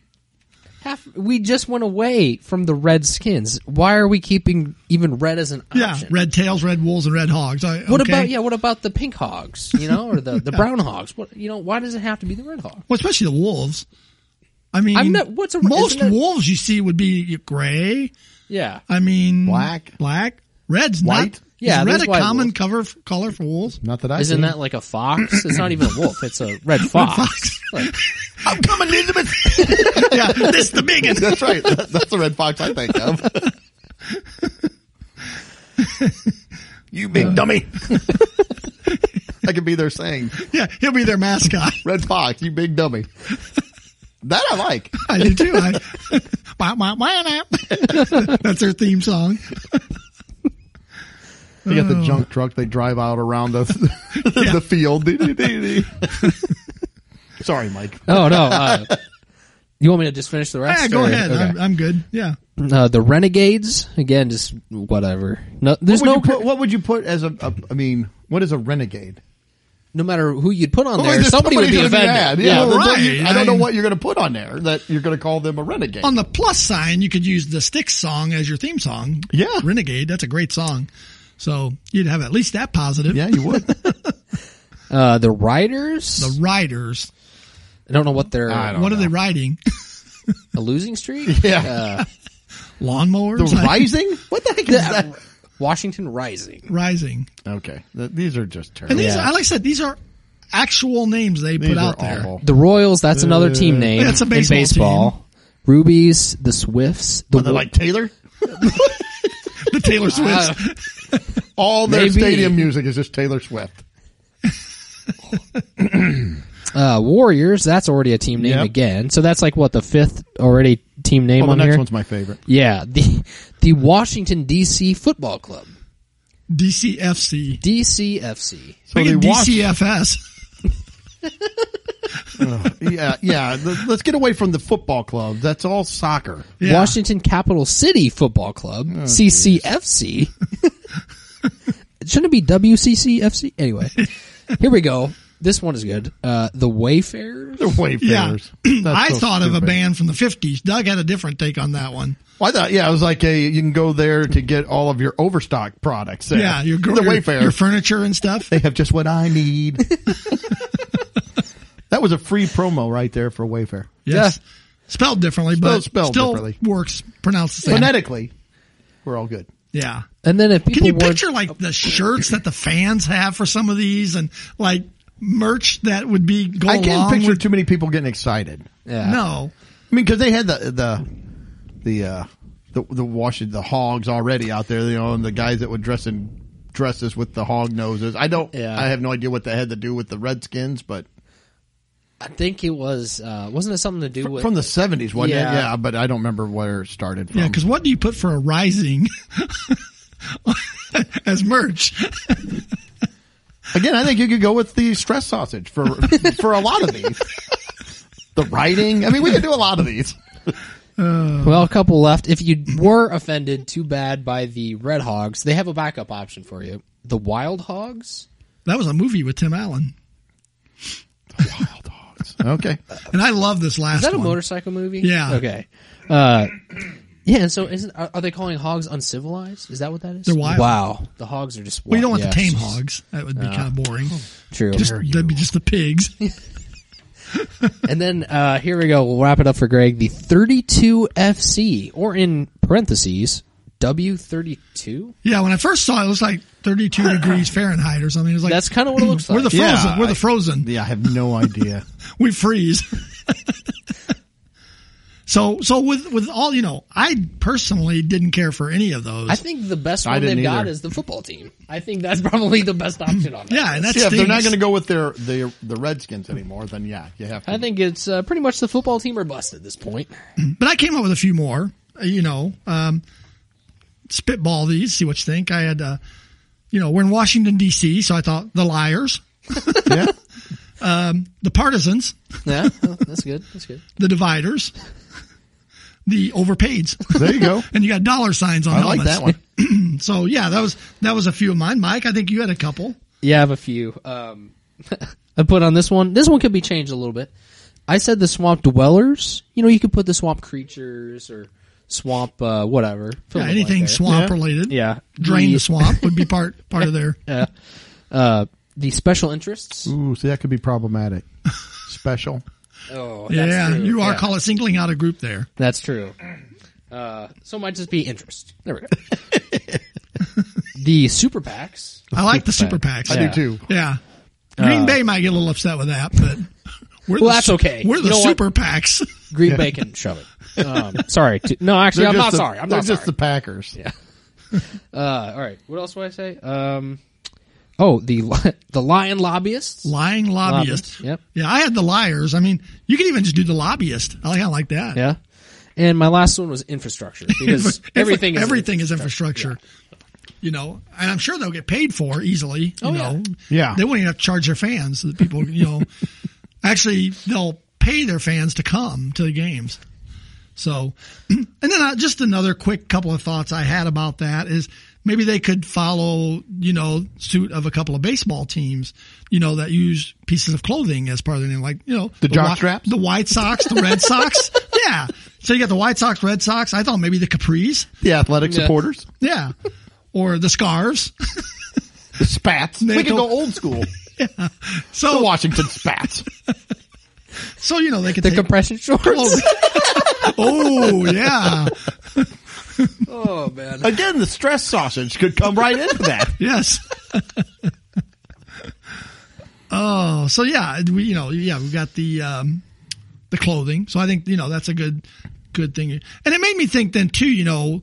have we just went away from the Redskins. Why are we keeping even red as an option?
yeah. Red tails, red wolves, and red hogs. I,
What
okay.
about yeah? What about the pink hogs? You know, or the, the brown hogs? What you know? Why does it have to be the red hog?
Well, especially the wolves. I mean,
I'm not- what's a-
most
isn't it-
wolves you see would be gray.
Yeah,
I mean,
Black.
black, red's
White?
Not,
Yeah,
is red
there's
a
white
common
wolves.
cover f- color for wolves?
Not that I
Isn't
see.
that like a fox? It's not even a wolf. It's a red fox. Like,
I'm coming, Elizabeth.
yeah, this is the biggest.
That's right. That's the red fox I think of. you big dummy. Uh. I could be there saying,
Yeah, he'll be their mascot.
Red Fox, you big dummy. That I like.
I do too. I, wah, wah, wah, wah. That's their theme song.
You got the junk truck they drive out around us the field. Dee, dee, dee, dee. Sorry, Mike.
oh no! Uh, you want me to just finish the rest?
Yeah, go
or-
ahead.
okay.
I'm, I'm good. Yeah.
Uh, the Renegades again, just whatever. No, there's
What would,
no
you put, what would you put as a, a? I mean, what is a renegade?
no matter who you'd put on
Well,
there,
there's
somebody would
somebody
be
gonna mad.
offended. yeah,
Yeah,
Right.
they- I don't know
I-
what you're going to put on there that you're going to call them a renegade.
On the plus sign, you could use the Styx song as your theme song.
Yeah.
Renegade. That's a great song. So you'd have at least that positive.
yeah, you would.
uh, the Riders.
The Riders.
I don't know what they're.
I don't
What
know.
are they riding?
a losing streak.
Yeah.
Lawnmowers.
The
I-
rising? What the heck is that?
Washington Rising.
Rising.
Okay, Th- these are just terrible.
And these,
Yeah.
are- like I said, these are actual names they
These
put
are
out there.
awful.
The Royals. That's another team name.
That's a
in
baseball
baseball. Rubies. The Swifts. The
Are they
Wa-
like Taylor?
The Taylor Swift.
Uh,
All their
Maybe.
stadium music is just Taylor Swift.
uh, Warriors. That's already a team name
Yep.
again. So that's like what the fifth already team name
Oh, the
on
next
here.
one's my favorite.
yeah. The the Washington D.C. Football Club.
DCFC.
DCFC.
So
Make
they
it
watch-
DCFS.
yeah, yeah. th- Let's get away from the football club. That's all soccer.
Yeah.
Washington Capital City Football Club, CCFC. Shouldn't it be WCCFC? Anyway, here we go. This one is good. Uh, the Wayfarers.
They're
Yeah.
wayfarers. That's
I
so
thought of a
stupid.
band from the 50s. Doug had a different take on that one.
Well, I thought, yeah, it was like a you can go there to get all of your overstock products. There.
Yeah, your,
the
your,
Wayfarer.
your furniture and stuff.
they have just what I need. that was a free promo right there for Wayfair.
Yes. Spelled differently, but
Spelled- spelled
still
differently.
works, pronounced the same.
Phonetically, we're all good.
yeah.
And then if people
Can you
want-
picture like the shirts that the fans have for some of these and like merch that would be go
I can't
along
picture
with
too many people getting excited.
yeah.
No.
I mean, because they had the the the uh, the the Washington the hogs already out there, you know, and the guys that would dress in dresses with the hog noses. I don't.
Yeah.
I have no idea what that had to do with the Redskins, but
I think it was uh, wasn't it something to do with
from the seventies, wasn't it?
Yeah.
Yeah, but I don't remember where it started from.
Yeah, because what do you put for a rising as merch?
Again, I think you could go with the stress sausage for for a lot of these. the writing. I mean, we could do a lot of these.
well a couple left. If you were offended too bad by the Red Hogs, they have a backup option for you. The Wild Hogs.
That was a movie with Tim Allen,
Wild hogs. Okay.
and I love this last
Is that a
one.
motorcycle movie?
Yeah.
Okay. Uh, yeah. And so, isn't are, are they calling hogs uncivilized? Is that what that is?
They're wild.
Wow. The hogs are just. Wild.
we don't want
Yeah,
the tame
it's
hogs. That would be kind of boring.
just-
Oh,
True.
Just that'd be just the pigs.
and then uh, here we go. We'll wrap it up for Greg. The 32 FC, or in parentheses, W32.
yeah, when I first saw it, it was like 32 degrees Fahrenheit or something. It was like
That's kind of what it looks like.
we're the frozen.
Yeah,
we're the
I-
frozen.
Yeah, I have no idea.
we freeze. so so with with all you know, I personally didn't care for any of those.
I think the best
I
one they've
didn't
got
either.
is the football team. I think that's probably the best option on that.
yeah, and that's
yeah, if they're not
stings.
going to go with their the the Redskins anymore, then yeah, you have to.
I think it's uh, pretty much the football team are bust at this point.
But I came up with a few more. uh, You know, um, spitball these, see what you think. I had, uh, you know, we're in Washington D.C., so I thought the liars,
yeah.
the partisans,
Yeah, well, that's good. That's good.
the dividers, the overpaids,
There you go.
and you got dollar signs on
I like
helmets.
that one.
So yeah, that was that was a few of mine. Mike, I think you had a couple.
Yeah, I have a few. Um, I put on this one. This one could be changed a little bit. I said the swamp dwellers. You know, you could put the swamp creatures or swamp uh, whatever.
Yeah,
Something like
anything
that.
swamp related.
Yeah,
drain
the,
the swamp would be part part of their.
Yeah. Uh, the special interests.
Ooh, see, that could be problematic. Special.
Oh, that's
Yeah,
true.
you are
Yeah,
call it singling out a group there.
That's true. Uh, so it might just be interest. There we go. the super PACs.
I like the super packs.
I
Yeah.
do too.
Yeah. Green Bay might get a little upset with that, but we're
Uh, Well,
the
that's
su-
okay.
We're
You
the
know what?
super PACs.
Green Bay can shove it. Um, sorry. to- no, actually, I'm
just
not
the-
sorry. I'm
they're
not
just
sorry.
the Packers.
Uh, all right. What else do I say? Um, oh, the li- the lion lobbyists.
Lying lobbyists.
Lobbyists, yep.
Yeah, I had the liars. I mean, you could even just do the lobbyist. I like, I like that.
Yeah. And my last one was infrastructure because
Infra-
everything is
everything is infrastructure. You know, and I'm sure they'll get paid for easily. You
Oh, yeah.
know,
Yeah.
They won't even have to charge their fans. So that people, you know, actually they'll pay their fans to come to the games. So, and then I, just another quick couple of thoughts I had about that is maybe they could follow, you know, suit of a couple of baseball teams, you know, that use pieces of clothing as part of their name, like, you know,
The jock
Whi-
straps?
the White Sox, the Red Sox. Yeah. So you got the White Sox, Red Sox. I thought maybe the capris.
The athletic
Yeah.
supporters.
Yeah. Or the scarves.
The spats. we could
Nato-
go old school. The
So,
Washington spats.
so you know, they could
the
take
compression shorts.
clothing. Oh yeah,
Oh man.
Again, the stress sausage could come right into that.
yes. oh, so yeah, we you know yeah we got the um, the clothing. So I think you know that's a good good thing. And it made me think then too. You know,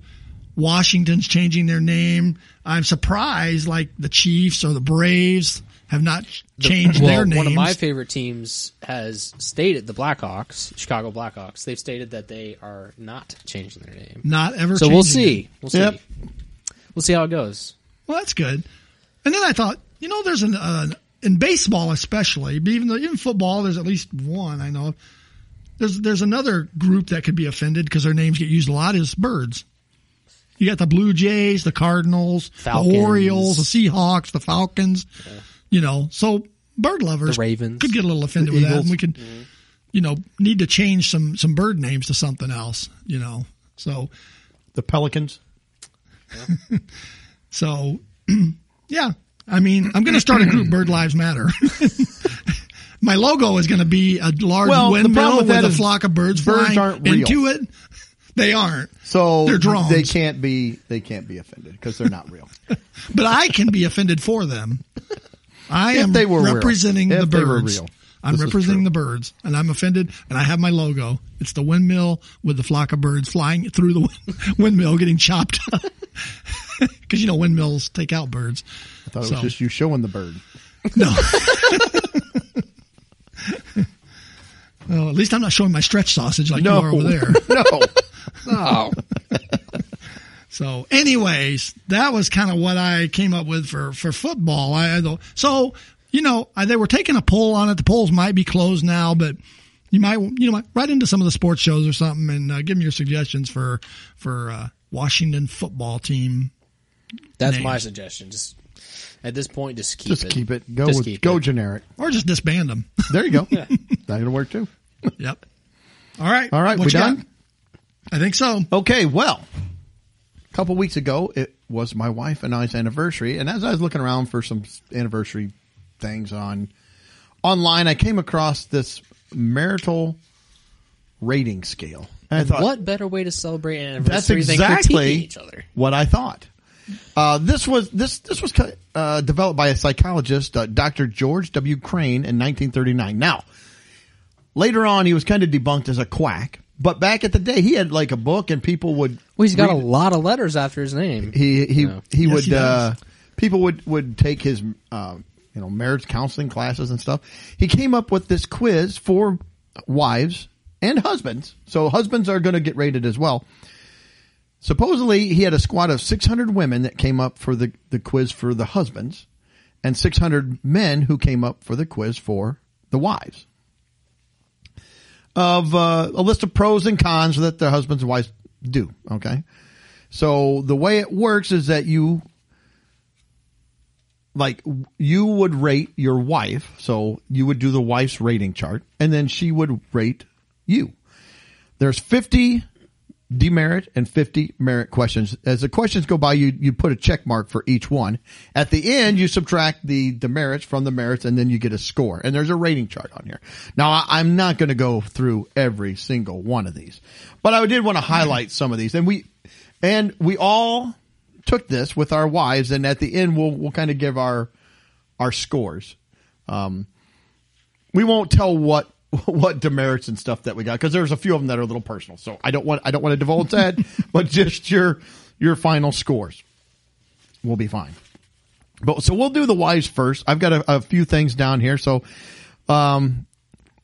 Washington's changing their name. I'm surprised like the Chiefs or the Braves have not changed
well,
their names.
one of my favorite teams has stated the Blackhawks, Chicago Blackhawks. They've stated that they are not changing their name.
not ever.
So we'll
changing it.
see. We'll see.
Yep.
We'll see how it goes.
Well, that's good. And then I thought, you know, there's an uh, in baseball especially, but even though even football, there's at least one I know. of. There's there's another group that could be offended because their names get used a lot is birds. You got the Blue Jays, the Cardinals,
Falcons.
the Orioles, the Seahawks, the Falcons. You know, so bird lovers,
The Mm-hmm. Ravens.
could get a little offended
The
with that,
Eagles.
and we could, you know, need to change some some bird names to something else. You know, so
The Pelicans.
So, yeah, I mean, I'm going to start a group, Bird Lives Matter. My logo is going to be a large
Well, the problem
windmill
with
with
that
a
is
flock of birds,
birds
flying
aren't real.
into it. They aren't,
So
They're drones.
They can't be. They can't be offended because they're not real.
but I can be offended for them. I
If
am
they were real.
representing
If
the
they were
birds.
real.
I'm
This is
representing
true.
the birds, and I'm offended, and I have my logo. It's the windmill with the flock of birds flying through the wind- windmill, getting chopped up. Because you know windmills take out birds.
I thought it
So-
was just you showing the bird.
No. well, at least I'm not showing my stretch sausage like you are over there.
no.
Oh.
So, anyways, that was kind of what I came up with for for football. I, I don't- so you know I, they were taking a poll on it. The polls might be closed now, but you might you know write into some of the sports shows or something and uh, give me your suggestions for for uh, Washington football team.
That's
Names.
my suggestion. Just at this point, just keep
Just
it.
keep it. Go.
Just
with,
keep
go
it.
generic.
Or just disband them.
There you go. That gonna work too.
yep. All right.
All right,
What
we
you got?
done?
I think so.
Okay, well, a couple weeks ago, it was my wife and I's anniversary, and as I was looking around for some anniversary things on online, I came across this marital rating scale. And I thought,
what better way to celebrate an
That's
anniversary than critiquing
exactly
each other?
what I thought. Uh, this was this this was uh, developed by a psychologist, uh, Dr. George W. Crane, in 1939. Now, later on, he was kind of debunked as a quack, but back at the day, he had like a book, and people would.
Well, he's got
read
a lot of letters after his name.
he he
Yeah.
he
Yes,
would
he does.
uh, people would would take his uh, you know marriage counseling classes and stuff. He came up with this quiz for wives and husbands. So husbands are going to get rated as well. Supposedly, he had a squad of 600 women that came up for the, the quiz for the husbands and 600 men who came up for the quiz for the wives. Of uh, a list of pros and cons that their husbands and wives do. Okay. So the way it works is that you like you would rate your wife. So you would do the wife's rating chart and then she would rate you. There's 50 demerit and 50 merit questions. As the questions go by, you, you put a check mark for each one. At the end, you subtract the demerits from the merits and then you get a score. And there's a rating chart on here. Now, I, I'm not going to go through every single one of these, but I did want to highlight some of these and we, and we all took this with our wives. And at the end, we'll, we'll kind of give our, our scores Um, we won't tell what what demerits and stuff that we got because there's a few of them that are a little personal. So I don't want I don't want to divulge that, but just your your final scores will be fine. But so we'll do the wives first. I've got a, a few things down here. So, um,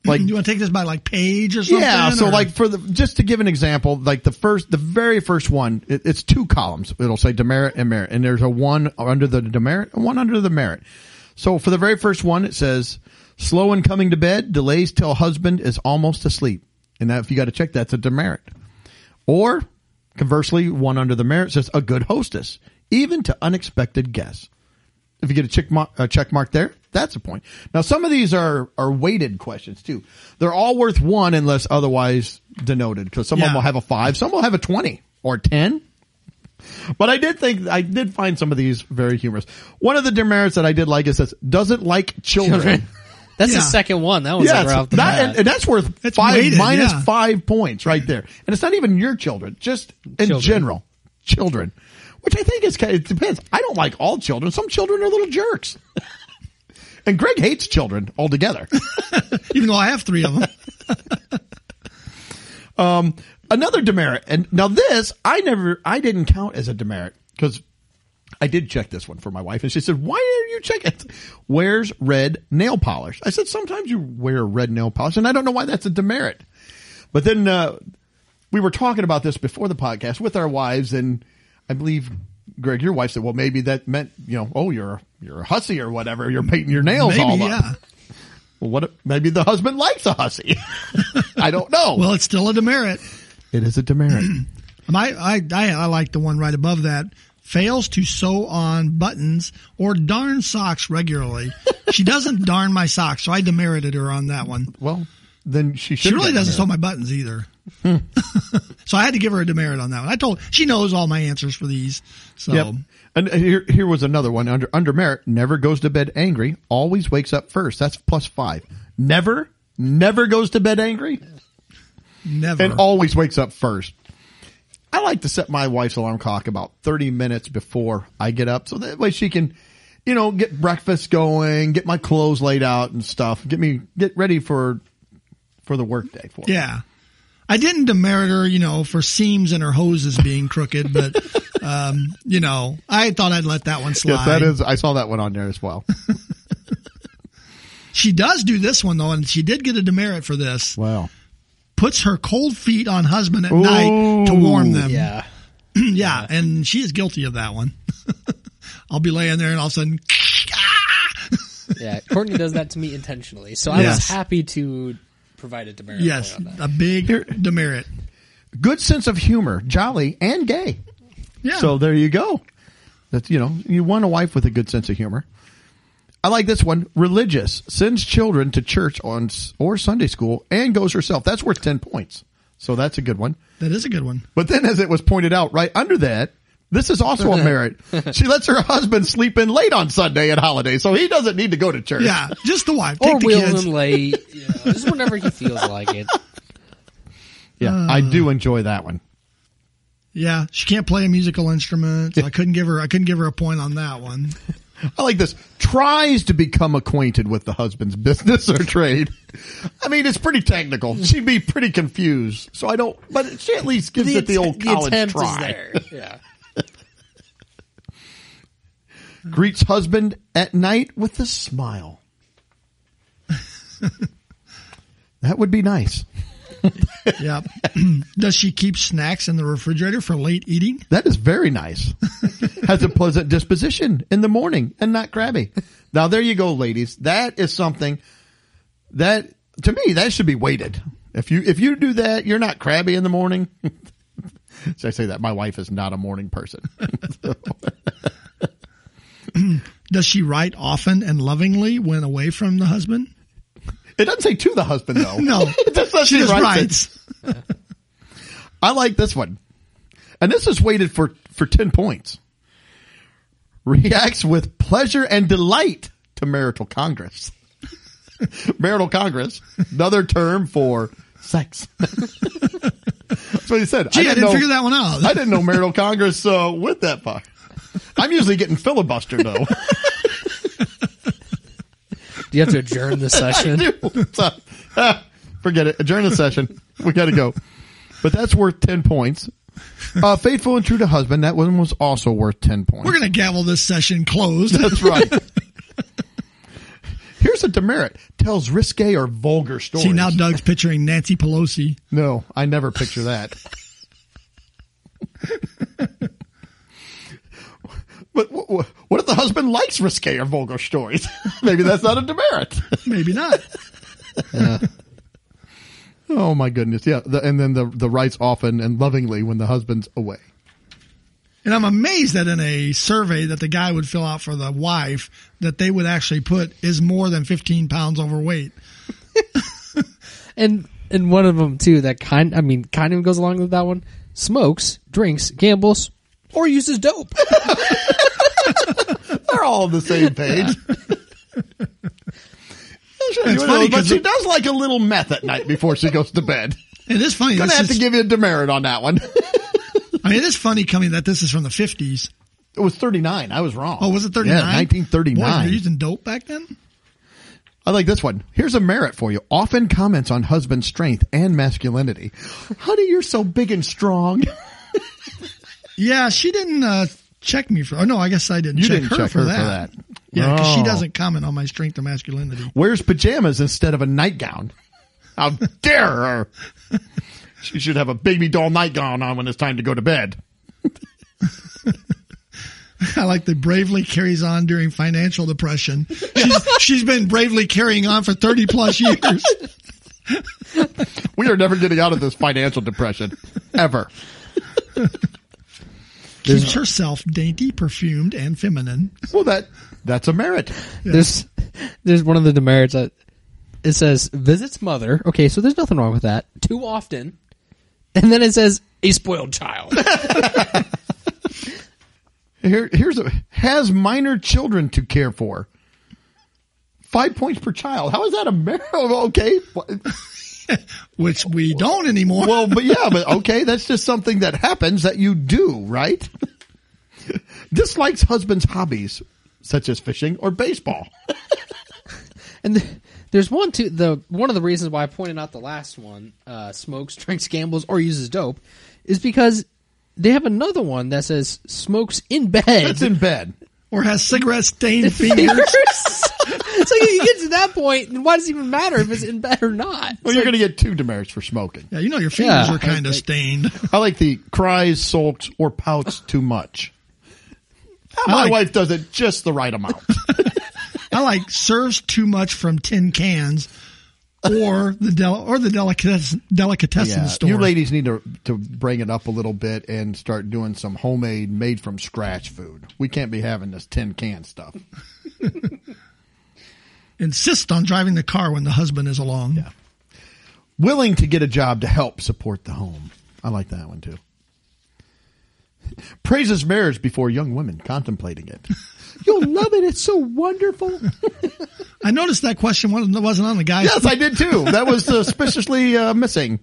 like
You want to take this by like page or something?
yeah, so
or-
like for the just to give an example, like the first, the very first one, it, it's two columns. It'll say demerit and merit, and there's a one under the demerit, and one under the merit. So for the very first one, it says slow in coming to bed, delays till husband is almost asleep, and that if you got to check, that's a demerit. Or conversely, one under the merit says a good hostess, even to unexpected guests. If you get a check mark, a check mark there, that's a point. Now, some of these are are weighted questions too. They're all worth one unless otherwise denoted, because some of
Yeah.
them will have a five, some will have a twenty or ten. But I did think I did find some of these very humorous. One of the demerits that I did like is this doesn't like children.
That's the
Yeah.
second one. That one's
Yeah,
like right off the
that,
bat.
and, and that's worth
That's
five
weighted,
minus
yeah.
five points right there. And it's not even your children, just in
Children.
general, children. Which I think is kind. It depends. I don't like all children. Some children are little jerks. and Greg hates children altogether.
even though I have three of them.
Another demerit, and now this I never, I didn't count as a demerit because I did check this one for my wife, and she said, "Why are you checking? Where's red nail polish?" I said, "Sometimes you wear red nail polish, and I don't know why that's a demerit." But then uh, we were talking about this before the podcast with our wives, and I believe Greg, your wife said, "Well, maybe that meant you know, oh, you're you're a hussy or whatever. You're painting your nails all
Maybe,
up."
yeah.
Well, what? If, maybe the husband likes a hussy. I don't know.
Well, it's still a demerit.
it is a demerit.
My, I, I, I like the one right above that. Fails to sew on buttons or darn socks regularly. she doesn't darn my socks, so I demerited her on that one.
Well, then she should.
She really doesn't sew my buttons either.
Hmm.
so I had to give her a demerit on that one. I told she knows all my answers for these. So
Yep. And uh, here, here was another one under under merit. Never goes to bed angry. Always wakes up first. That's plus five. Never, never goes to bed angry,
never.
and always wakes up first. I like to set my wife's alarm clock about thirty minutes before I get up, so that way she can, you know, get breakfast going, get my clothes laid out and stuff, get me get ready for for the workday. For me.
yeah. I didn't demerit her, you know, for seams in her hoses being crooked, but um, you know, I thought I'd let that one slide.
yes, that is. I saw that one on there as well.
She does do this one though, and she did get a demerit for this.
wow.
Puts her cold feet on husband at night to warm them.
yeah.
Yeah, and she is guilty of that one. I'll be laying there and all of a sudden
Yeah. Courtney does that to me intentionally. So I was
Yes.
happy to provide a demerit.
Yes,
point on that.
a big
Here-
demerit.
Good sense of humor, jolly and gay.
Yeah.
So there you go. That's you know, you want a wife with a good sense of humor. I like this one. Religious sends children to church on s- or Sunday school and goes herself. That's worth 10 points. So that's a good one.
that is a good one.
But then as it was pointed out right under that, this is also a merit. She lets her husband sleep in late on Sunday and holiday, so he doesn't need to go to church.
Yeah, just the wife. Take
Or
the
wheels
kids.
him late. You know, just whenever he feels like it.
Yeah, I
Uh.
do enjoy that one.
Yeah, she can't play a musical instrument. So I couldn't give her. I couldn't give her a point on that one.
I like this. Tries to become acquainted with the husband's business or trade. I mean, it's pretty technical. She'd be pretty confused. So I don't, but she at least gives it the old
att-
college
attempt
try.
is there. Yeah.
Greets husband at night with a smile. that would be nice.
Yep. Does she keep snacks in the refrigerator for late eating?
That is very nice. Has a pleasant disposition in the morning and not crabby. Now there you go, ladies. That is something that to me that should be weighted. If you if you do that, you're not crabby in the morning. Should I say that? My wife is not a morning person.
Does she write often and lovingly when away from the husband?
It doesn't say to the husband though.
No,
It just says
she just
writes it.
writes.
I like this one. And this is weighted for, for 10 points. Reacts with pleasure and delight to marital congress. marital congress, another term for sex. That's what he said.
Gee, I didn't
know,
figure that one out.
I didn't know marital congress uh, went that far. I'm usually getting filibustered though.
Do you have to adjourn the session?
So, ah, forget it. Adjourn the session. We got to go. But that's worth 10 points. Uh, faithful and true to husband. That one was also worth 10 points.
We're gonna gavel this session closed.
that's right. Here's a demerit. Tells risque or vulgar stories.
See now, Doug's picturing Nancy Pelosi.
no, I never picture that. but wh- wh- what if the husband likes risque or vulgar stories? Maybe that's not a demerit.
Maybe not.
Oh my goodness! Yeah, the, and then the the rights often and lovingly when the husband's away.
And I'm amazed that in a survey that the guy would fill out for the wife, that they would actually put is more than 15 pounds overweight.
and and one of them too that kind I mean kind of goes along with that one smokes drinks gambles or uses dope
They're all on the same page. sure,
It's
you know,
funny
but
'cause
she
it-
does like a little meth at night before she goes to bed.
It is funny.
Gonna
This
have to
is-
give you a demerit on that one. it
I mean, it is funny coming that this is from the 50s.
was 39. I was wrong.
Oh, was it 39?
Yeah, 1939.
Boy, you're using dope back then?
I like this one. Here's a merit for you. Often comments on husband's strength and masculinity. Honey, you're so big and strong.
Yeah, she didn't uh, check me for. Oh no, I guess I didn't.
You
check
didn't
her
check
for
her for
that.
that. Oh.
Yeah, because she
No.
doesn't comment on my strength or masculinity.
Wears pajamas instead of a nightgown. How dare her? She should have a baby doll nightgown on when it's time to go to bed.
I like the bravely carries on during financial depression. She's, she's been bravely carrying on for thirty plus years.
We are never getting out of this financial depression ever.
Keeps herself dainty, perfumed, and feminine.
Well, that that's a merit.
There's there's one of the demerits that it says visits mother. Okay, so there's nothing wrong with that. Too often, and then it says a spoiled child.
Here, here's a has minor children to care for. Five points per child. How is that a merit? Okay.
Which we don't anymore.
Well, but yeah, but okay, that's just something that happens that you do, right? Dislikes husband's hobbies, such as fishing or baseball.
And th- there's one too. The one of the reasons why I pointed out the last one, uh, smokes, drinks, gambles, or uses dope, is because they have another one that says smokes in bed.
That's in bed.
or has cigarette stained fingers.
it's like if you get to that point, then why does it even matter if it's in bed or not?
Well, you're going to get two demerits for smoking.
Yeah, you know your fingers
Yeah.
are kind of stained.
I like the cries, sulks, or pouts too much. My
like-
wife does it just the right amount.
I like serves too much from tin cans, or the del- or the delicatessen delicatessen
Yeah,
store.
You ladies need to to bring it up a little bit and start doing some homemade, made from scratch food. We can't be having this tin can stuff.
insist on driving the car when the husband is along. Yeah.
Willing to get a job to help support the home. I like that one too. Praises marriage before young women contemplating it. You'll love it. It's so wonderful.
I noticed that question wasn't wasn't on the guy's.
yes, I did too. That was suspiciously uh, missing.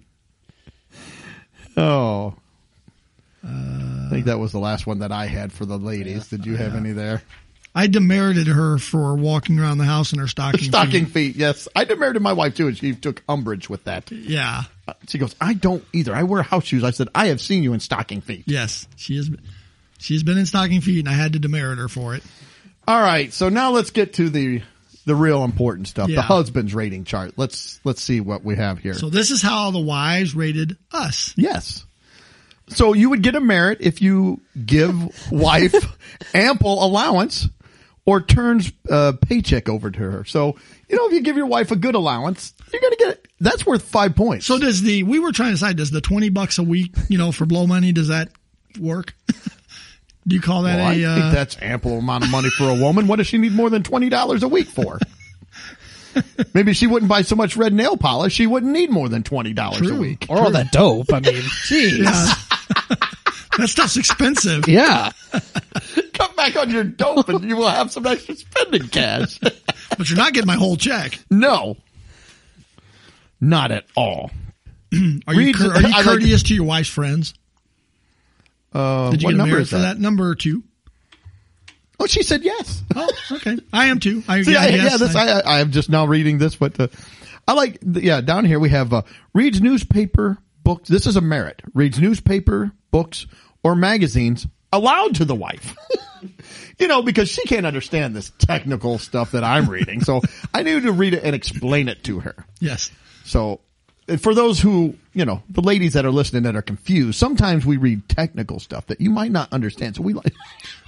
Oh. I think that was the last one that I had for the ladies. Did you have any there?
I demerited her for walking around the house in her stocking.
Stocking
feet.
feet, yes. I demanded my wife too, and she took umbrage with that.
Yeah.
Uh, She goes, I don't either. I wear house shoes. I said, I have seen you in stocking feet.
Yes. She is. She's been in stocking feet, and I had to demerit her for it.
All right, so now let's get to the the real important stuff. The
Yeah.
husband's rating chart. Let's let's see what we have here.
So this is how the wives rated us.
yes. So you would get a merit if you give wife ample allowance or turns uh, paycheck over to her. So, you know, if you give your wife a good allowance, you're going to get that's worth 5 points.
So does the we were trying to decide does the twenty bucks a week you know for blow money does that work? Do you call that
Well, Oh, I
a?
think
uh,
that's ample amount of money for a woman. What does she need more than twenty dollars a week for? Maybe she wouldn't buy so much red nail polish. She wouldn't need more than twenty dollars a
True.
week.
Or all that dope. I mean, jeez.
yeah. that stuff's expensive.
Yeah.
Cut back on your dope, and you will have some extra spending cash.
But you're not getting my whole check.
no, not at all.
Are you,
Read-
cour- are
I
you
like-
courteous to your wife's friends?
Uh,
Did you
what
get a
number
merit
is
for that? Number two.
Oh, she said yes.
Oh, okay. I am too. I,
See,
yeah,
I,
yes,
yeah, this, I, I, I'm just now reading this, but uh, I like, yeah, down here we have uh, reads newspaper, books. This is a merit. Reads newspaper, books, or magazines aloud to the wife. you know, because she can't understand this technical stuff that I'm reading. So I need to read it and explain it to her.
yes.
So and for those who, you know, the ladies that are listening that are confused, sometimes we read technical stuff that you might not understand. So we like,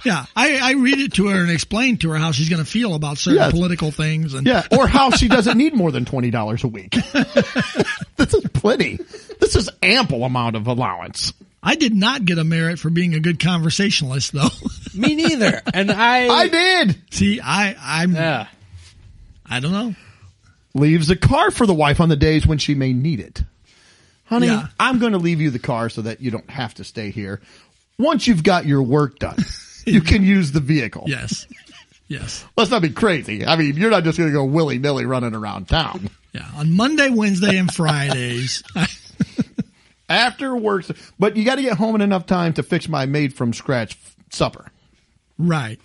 Yeah, I, I read it to her and explain to her how she's going to feel about certain
Yes.
political things. And
Yeah, or how she doesn't need more than twenty dollars a week. this is plenty. This is ample amount of allowance.
I did not get a merit for being a good conversationalist, though.
Me neither. And I.
I did.
See, I I'm
Yeah.
I don't know.
Leaves a car for the wife on the days when she may need it. Honey,
Yeah.
I'm going to leave you the car so that you don't have to stay here. Once you've got your work done, you can use the vehicle.
Yes, Yes.
Let's not be crazy. I mean, you're not just going to go willy nilly running around town.
Yeah. On Monday, Wednesday, and Fridays.
After work, but you got to get home in enough time to fix my made from scratch f- supper.
right.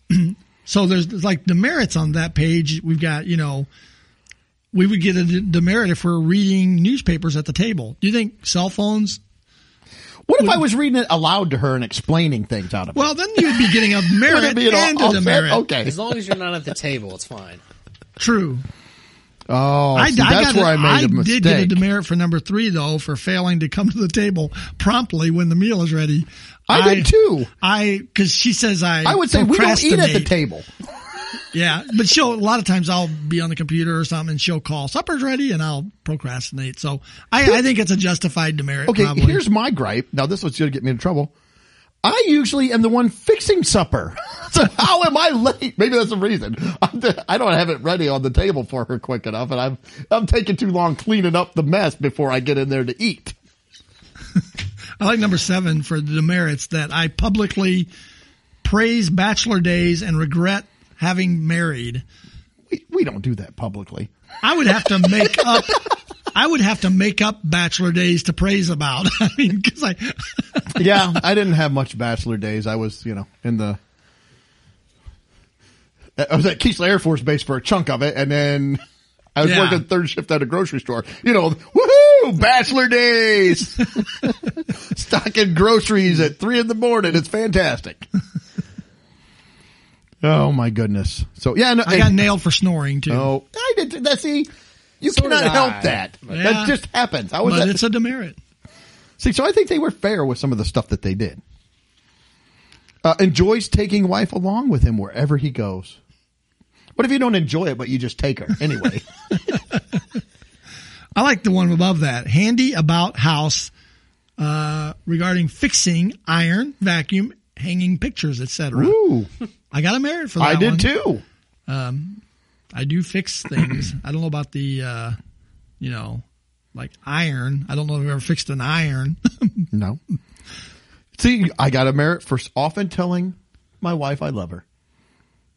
so there's there's, like demerits on that page. We've got, you know, we would get a de- demerit if we're reading newspapers at the table. Do you think cell phones?
What if I was reading it aloud to her and explaining things out of it?
Hmm. Well, then you would be getting a
Would it
merit
be an
and a
offset?
demerit.
Okay.
As long as you're not at the table, it's fine.
True.
Oh,
I,
see,
I
that's
got
where I
a-
made the mistake.
did get a demerit for number three though for failing to come to the table promptly when the meal is ready.
I did too.
I because she says I.
I would say we don't eat at the
procrastinate.
table.
Yeah, but she'll a lot of times I'll be on the computer or something, and she'll call supper's ready, and I'll procrastinate. So I, I think it's a justified demerit.
Okay,
probably.
here's my gripe. Now this was going to get me in trouble. I usually am the one fixing supper. so how am I late? Maybe that's the reason. I'm the- I don't have it ready on the table for her quick enough, and I'm I'm taking too long cleaning up the mess before I get in there to eat.
I like number seven for the demerits that I publicly praise bachelor days and regret having married.
We, we don't do that publicly.
I would have to make up. I would have to make up bachelor days to praise about. I mean, because I,
Yeah, I didn't have much bachelor days. I was, you know, in the. I was at Keesler Air Force Base for a chunk of it, and then I was
Yeah.
working third shift at a grocery store. You know, woohoo, bachelor days, stocking groceries at three in the morning. It's fantastic. Oh my goodness! So yeah, no,
I got nailed for snoring too.
no, I did. That see, you
So
cannot
did I.
help that.
Yeah.
That just happens. I was
but
at
it's a demerit.
See, so I think they were fair with some of the stuff that they did. Uh, enjoys taking wife along with him wherever he goes. What if you don't enjoy it, but you just take her anyway?
I like the one above that. Handy about house uh, regarding fixing iron, vacuum, hanging pictures, etc.
Ooh,
I got a merit for that.
I did
one.
too.
I do fix things. I don't know about the, uh, you know, like iron. I don't know if I've ever fixed an iron.
No. See, I got a merit for often telling my wife I love her.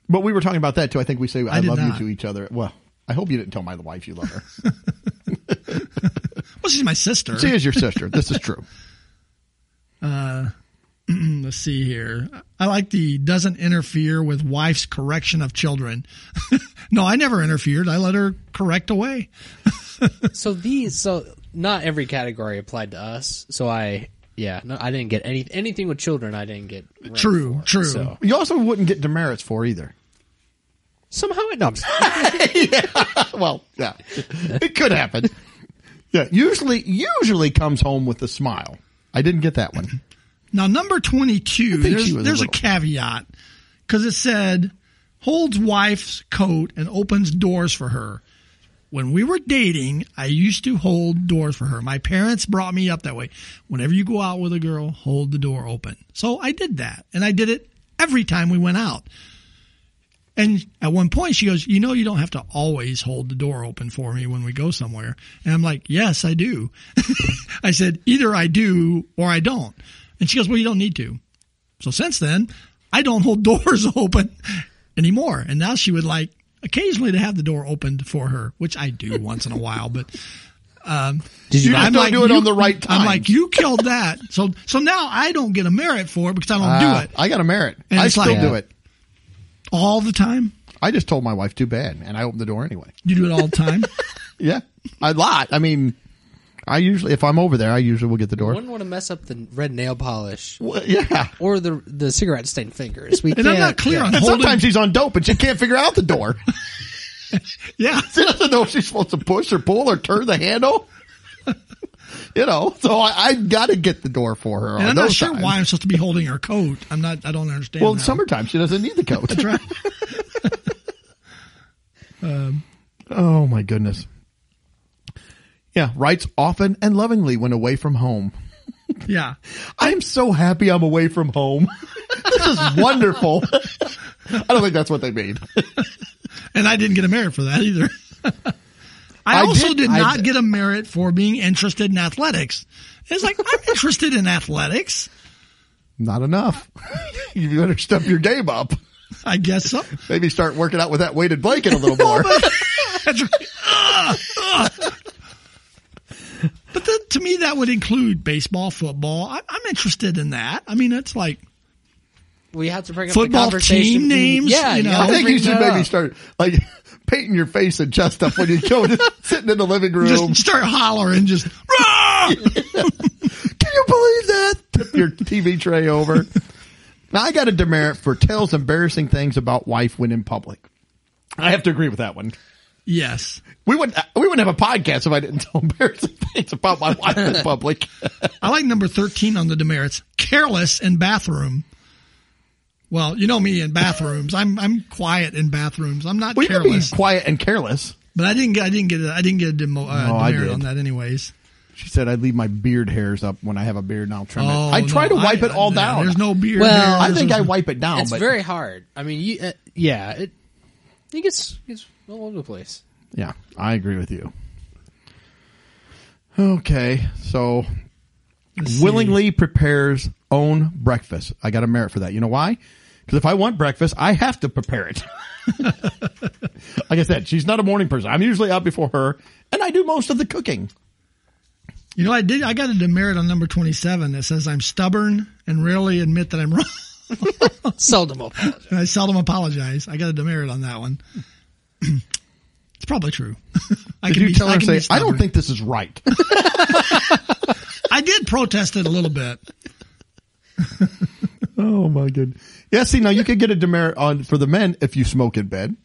But we were talking about that too. I think we say I,
did
love
not.
you to each other. Well, I hope you didn't tell my wife you love her.
well, she's my sister.
she is your sister. This is true.
Let's see here. I like the doesn't interfere with wife's correction of children. no, I never interfered. I let her correct away.
So these, so not every category applied to us. So I, yeah, no, I didn't get any anything with children. I didn't get ranked
True,
for.
true.
So
You also wouldn't get demerits for either.
somehow it no, i
well, yeah, it could happen. Yeah, usually, usually comes home with a smile. I didn't get that one.
Now, number 22,
think
there's,
she was a
there's a,
little-
caveat because it said holds wife's coat and opens doors for her. When we were dating, I used to hold doors for her. My parents brought me up that way. Whenever you go out with a girl, hold the door open. So I did that and I did it every time we went out. And at one point she goes, you know, you don't have to always hold the door open for me when we go somewhere. And I'm like, yes, I do. I said, either I do or I don't. And she goes, well, you don't need to. So since then, I don't hold doors open anymore. And now she would like occasionally to have the door opened for her, which I do once in a while, but um,
Did you?
You
not-
just don't do it on the right
I'm like,
times.
you killed that. So, so now I don't get a merit for it because I don't
Ah,
do it
I got a merit.
And
I
it's
still
like-
do it.
all the time.
I just told my wife too bad, and I opened the door anyway.
You do it all the time.
Yeah, a lot. I mean, I usually if I'm over there, I usually will get the door.
Wouldn't want to mess up the red nail polish
Well, yeah.
or the the cigarette stained fingers. We
And I'm
can't-
not clear
yeah.
And
on holding.
sometimes she's on dope and she can't figure out the door.
yeah.
She doesn't know if she's supposed to push or pull or turn the handle. You know, so I, I got to get the door for her. on
And I'm not
those
sure
times.
why I'm supposed to be holding her coat. I'm not. I don't understand.
Well, in
that.
summertime, she doesn't need the coat. That's
right.
oh my goodness. Yeah, writes often and lovingly when away from home.
yeah.
I'm so happy I'm away from home. this is wonderful. I don't think that's what they mean.
And I didn't get a merit for that either. I,
I
also
did-
did,
I
not
did-
get a merit for being interested in athletics. It's like I'm interested in athletics.
Not enough. you better step your game up.
I guess so.
Maybe start working out with that weighted blanket a little more.
That's right. Ugh, ugh. but the, to me, that would include baseball, football. I, I'm interested in that. I mean, it's like
We have to bring up
Football
the conversation. Mm,
team names,
yeah,
you know.
I
let's
think
bring
you should
that
maybe
up.
start like painting your face and chest up when you go to, sitting in the living room.
just start hollering, just "Rah!"
Can you believe that? Tip your TV tray over. Now I got a demerit for tells embarrassing things about wife when in public. I have to agree with that one.
yes.
We wouldn't we wouldn't have a podcast if I didn't tell embarrassing things about my wife in public.
I like number 13 on the demerits. Careless in bathroom. Well, you know me in bathrooms. I'm I'm quiet in bathrooms. I'm not
We could be
careless.
quiet and careless.
But I didn't get I didn't get a, I didn't get a demo, uh,
No, I
demerit
did.
on that anyways.
She said I leave my beard hairs up when I have a beard and I'll trim
Oh,
it. I try to
no,
wipe
I-
it all
no,
down.
There's no beard.
Well,
there.
I
There's
think
no-
I wipe it down,
It's
but
very hard. I mean, you, uh, yeah, it, I think it's it's all over the place.
yeah, I agree with you. Okay, so
Let's see.
willingly prepares own breakfast. I got a merit for that. You know why? Because if I want breakfast, I have to prepare it. like I said, she's not a morning person. I'm usually out before her, and I do most of the cooking.
You know, I did. I got a demerit on number 27 that says I'm stubborn and rarely admit that I'm wrong.
Seldom apologize.
And I seldom apologize. I got a demerit on that one. it's probably true. I
Did
can
you
be-
tell
I
her
can be
say, I don't
stubborn."
think this is right?
I did protest it a little bit.
oh my god. Yeah, see now you could get a demerit on for the men if you smoke in bed.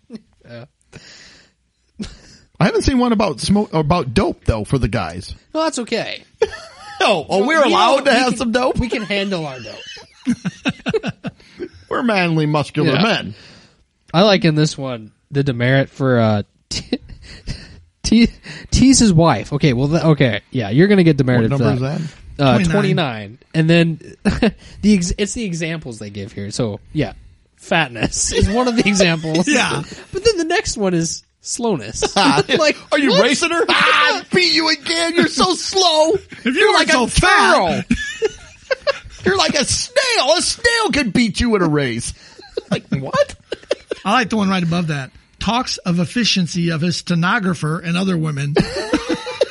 I haven't seen one about smoke about dope though for the guys.
No, that's okay.
No, oh,
We
we're
don't-
allowed to
we
have
can-
some dope.
We can handle our dope.
We're manly, muscular
Yeah.
men.
I like in this one the demerit for uh, te- te- tease his wife. Okay, well, th- okay, yeah, you're gonna get demerited.
What
for
number
that.
is
Uh,
29.
Twenty nine, and then the ex- it's the examples they give here. So yeah, fatness is one of the examples.
Yeah.
but then the next one is slowness.
Ah. like, are you racing her? Ah, I beat you again. You're so slow.
If you
You're
weren't
like
so
a
fat.
turtle. You're like a snail. A snail could beat you in a race. Like what?
I like the one right above that. Talks of efficiency of his stenographer and other women.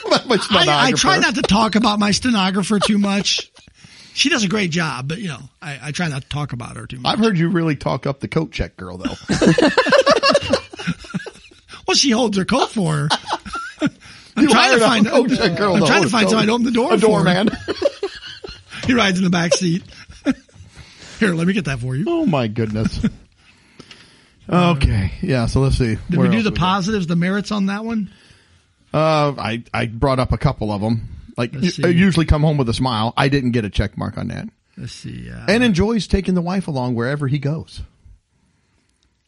Not much
I, I try
stenographer.
not to talk about my stenographer too much. She does a great job, but you know, I, I try not to talk about her too much.
I've heard you really talk up the coat check girl though.
Well, she holds her coat for her.
I'm
trying to find-
coat check girl.
I'm
though.
trying to find somebody to open the door
A
for her.
doorman.
He rides in the back seat. Here, let me get that for you.
oh my goodness. Okay. Yeah. So let's see.
Did
Where
we do
else
the
got?
positives, the merits on that one?
Uh, I I brought up a couple of them. Like you,
Let's see.
I usually come home with a smile. I didn't get a check mark on that.
Let's see. Uh,
And enjoys taking the wife along wherever he goes.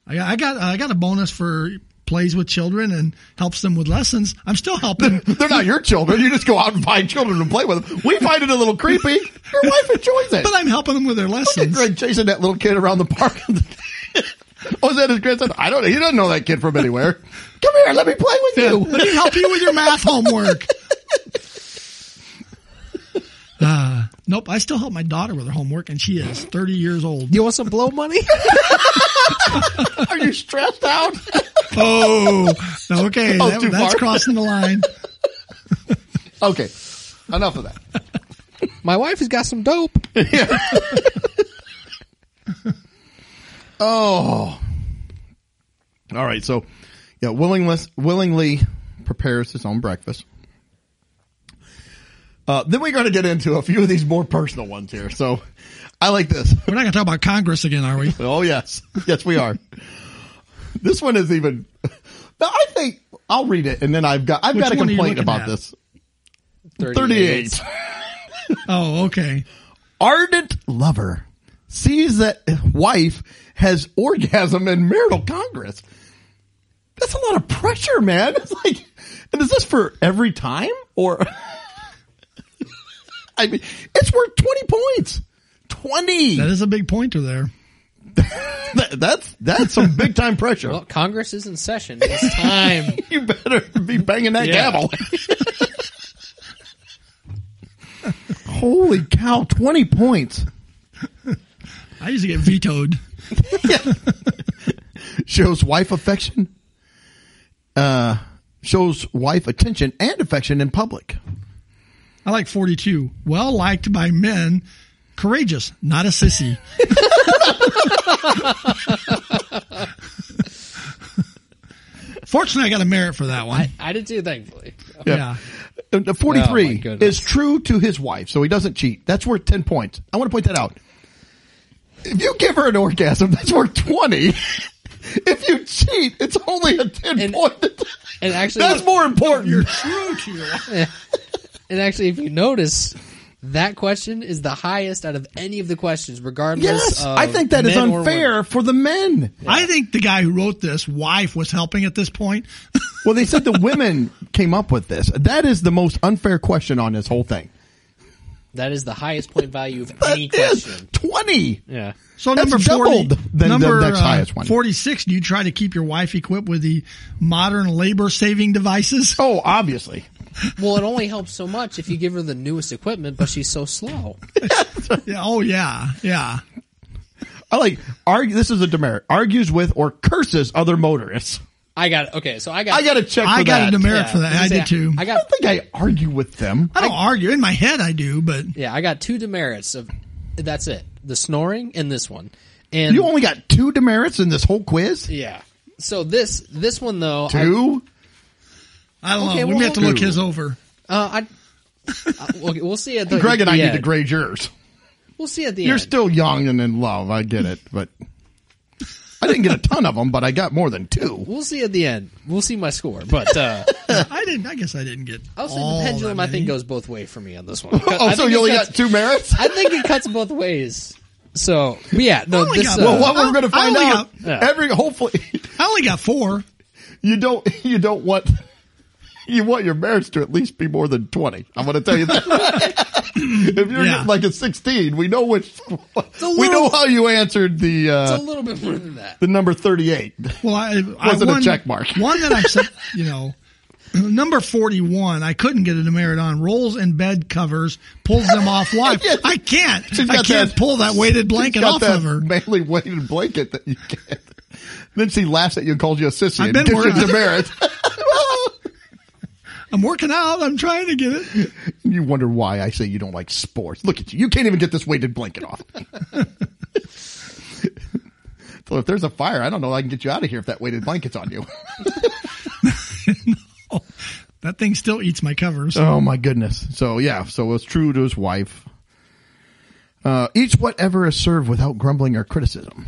I got, I got I got a bonus for plays with children and helps them with lessons. I'm still helping.
They're not your children. You just go out and find children and play with them. We find it a little creepy. Your wife enjoys it.
But I'm helping them with their
It's
lessons.
great chasing that little kid around the park. oh, is that his grandson? I don't know. He doesn't know that kid from anywhere. Come here. Let me play with you.
Let me help you with your math homework. Uh, nope, I still help my daughter with her homework, and she is 30 years old.
you want some blow money?
Are you stressed out?
Oh, okay,
Oh,
that-
too
that's
far.
crossing the line.
okay. Enough of that.
My wife has got some dope.
Oh. All right. So, yeah, willingness, willingly prepares his own breakfast. Uh, then we're going to get into a few of these more personal ones here. So I like this.
We're not going to talk about Congress again, are we?
Oh, yes. Yes, we are. this one is even. Now, I think I'll read it and then I've got, I've
Which
got a
one are you
complaint
looking
about
at?
this.
38.
38.
Oh, okay.
Ardent lover sees that wife has orgasm in marital congress. That's a lot of pressure, man. It's like, and is this for every time or? I mean, it's worth 20 points. 20.
That is a big pointer there.
That- that's, that's some big time pressure.
Well, Congress is in session. It's time.
you better be banging that
Yeah.
gavel. Holy cow, 20 points.
I used to get vetoed.
Yeah. shows wife affection, uh, shows wife attention and affection in public.
I like 42. Well liked by men, courageous, not a sissy. Fortunately, I got a merit for that one.
I did too, thankfully.
Uh,
yeah.
the
Oh, my
43
goodness.
is true to his wife, so he doesn't cheat. That's worth 10 points. I want to point that out. If you give her an orgasm, that's worth 20. if you cheat, it's only a 10
And-
point.
And actually,
that's more
You're
important.
true to your wife.
And actually, if you notice, that question is the highest out of any of the questions, regardless.
Yes,
of
I think that is
men or women.
unfair for the men.
I think the guy who wrote this wife was helping at this point.
Well, they said the women came up with this. That is the most unfair question on this whole thing.
That is the highest point value of
That
any
is
question.
20.
Yeah.
So
That's
number forty,
doubled than the
number
next
uh,
highest one.
forty-six. Do you try to keep your wife equipped with the modern labor-saving devices?
Oh, obviously.
Well, it only helps so much if you give her the newest equipment, but she's so slow.
Yeah, oh yeah, yeah.
I like argue. This is a demerit. Argues with or curses other motorists.
I got okay. So I got
I got to check. For
I got
that.
a demerit for that.
was
I,
gonna
did
say,
too.
I
I don't
got
think I argue with them.
I don't argue in my head. I do, but
yeah. I got two demerits of that's it. The snoring and this one. And
You only got two demerits in this whole quiz.
yeah. So this this one though, I-
Two.
I don't
Okay,
know. We
well,
may have to look
we'll-
his over.
Uh, I, uh, okay, we'll see at the
Greg and
the
I need
end.
to grade yours.
We'll see at the
You're
end.
still young and in love. I get it, but I didn't get a ton of them, but I got more than two.
we'll see at the end. We'll see my score, but uh,
I didn't. I guess I didn't get.
I'll say
all
the pendulum.
that
I think
many.
goes both way for me on this one.
Oh,
I
so
think
you
it
only
cuts-
got two merits?
I think it cuts both ways. So but yeah, no.
only
This,
got
uh,
one.
well, what we're going to
I- I
find
only
out
got-
every hopefully
I only got four.
you don't you don't want you want your marriage to at least be more than twenty. I'm going to tell you that. if you're
Yeah.
like a sixteen, we know which we
little-
know how you answered the uh,
it's a little bit more than that.
the number thirty-eight.
Well, I, I
Wasn't a
won-
check mark.
One that I said, you know, number forty-one. I couldn't get a demerit on rolls and bed covers. Pulls them off. Why?
Yes.
I can't.
She's
I
got
can't
that-
pull that weighted blanket
got
off
that
of her.
mainly weighted blanket that you get. Then she laughs at you and calls you a sissy
I've
and
been
gives you
working-
demerit.
I'm working out. I'm trying to get it.
you wonder why I say you don't like sports. Look at you. You can't even get this weighted blanket off. so if there's a fire, I don't know. I can get you out of here if that weighted blanket's on you.
That thing still eats my covers.
oh my goodness. So yeah. So it's true to his wife. Uh, eats whatever is served without grumbling or criticism.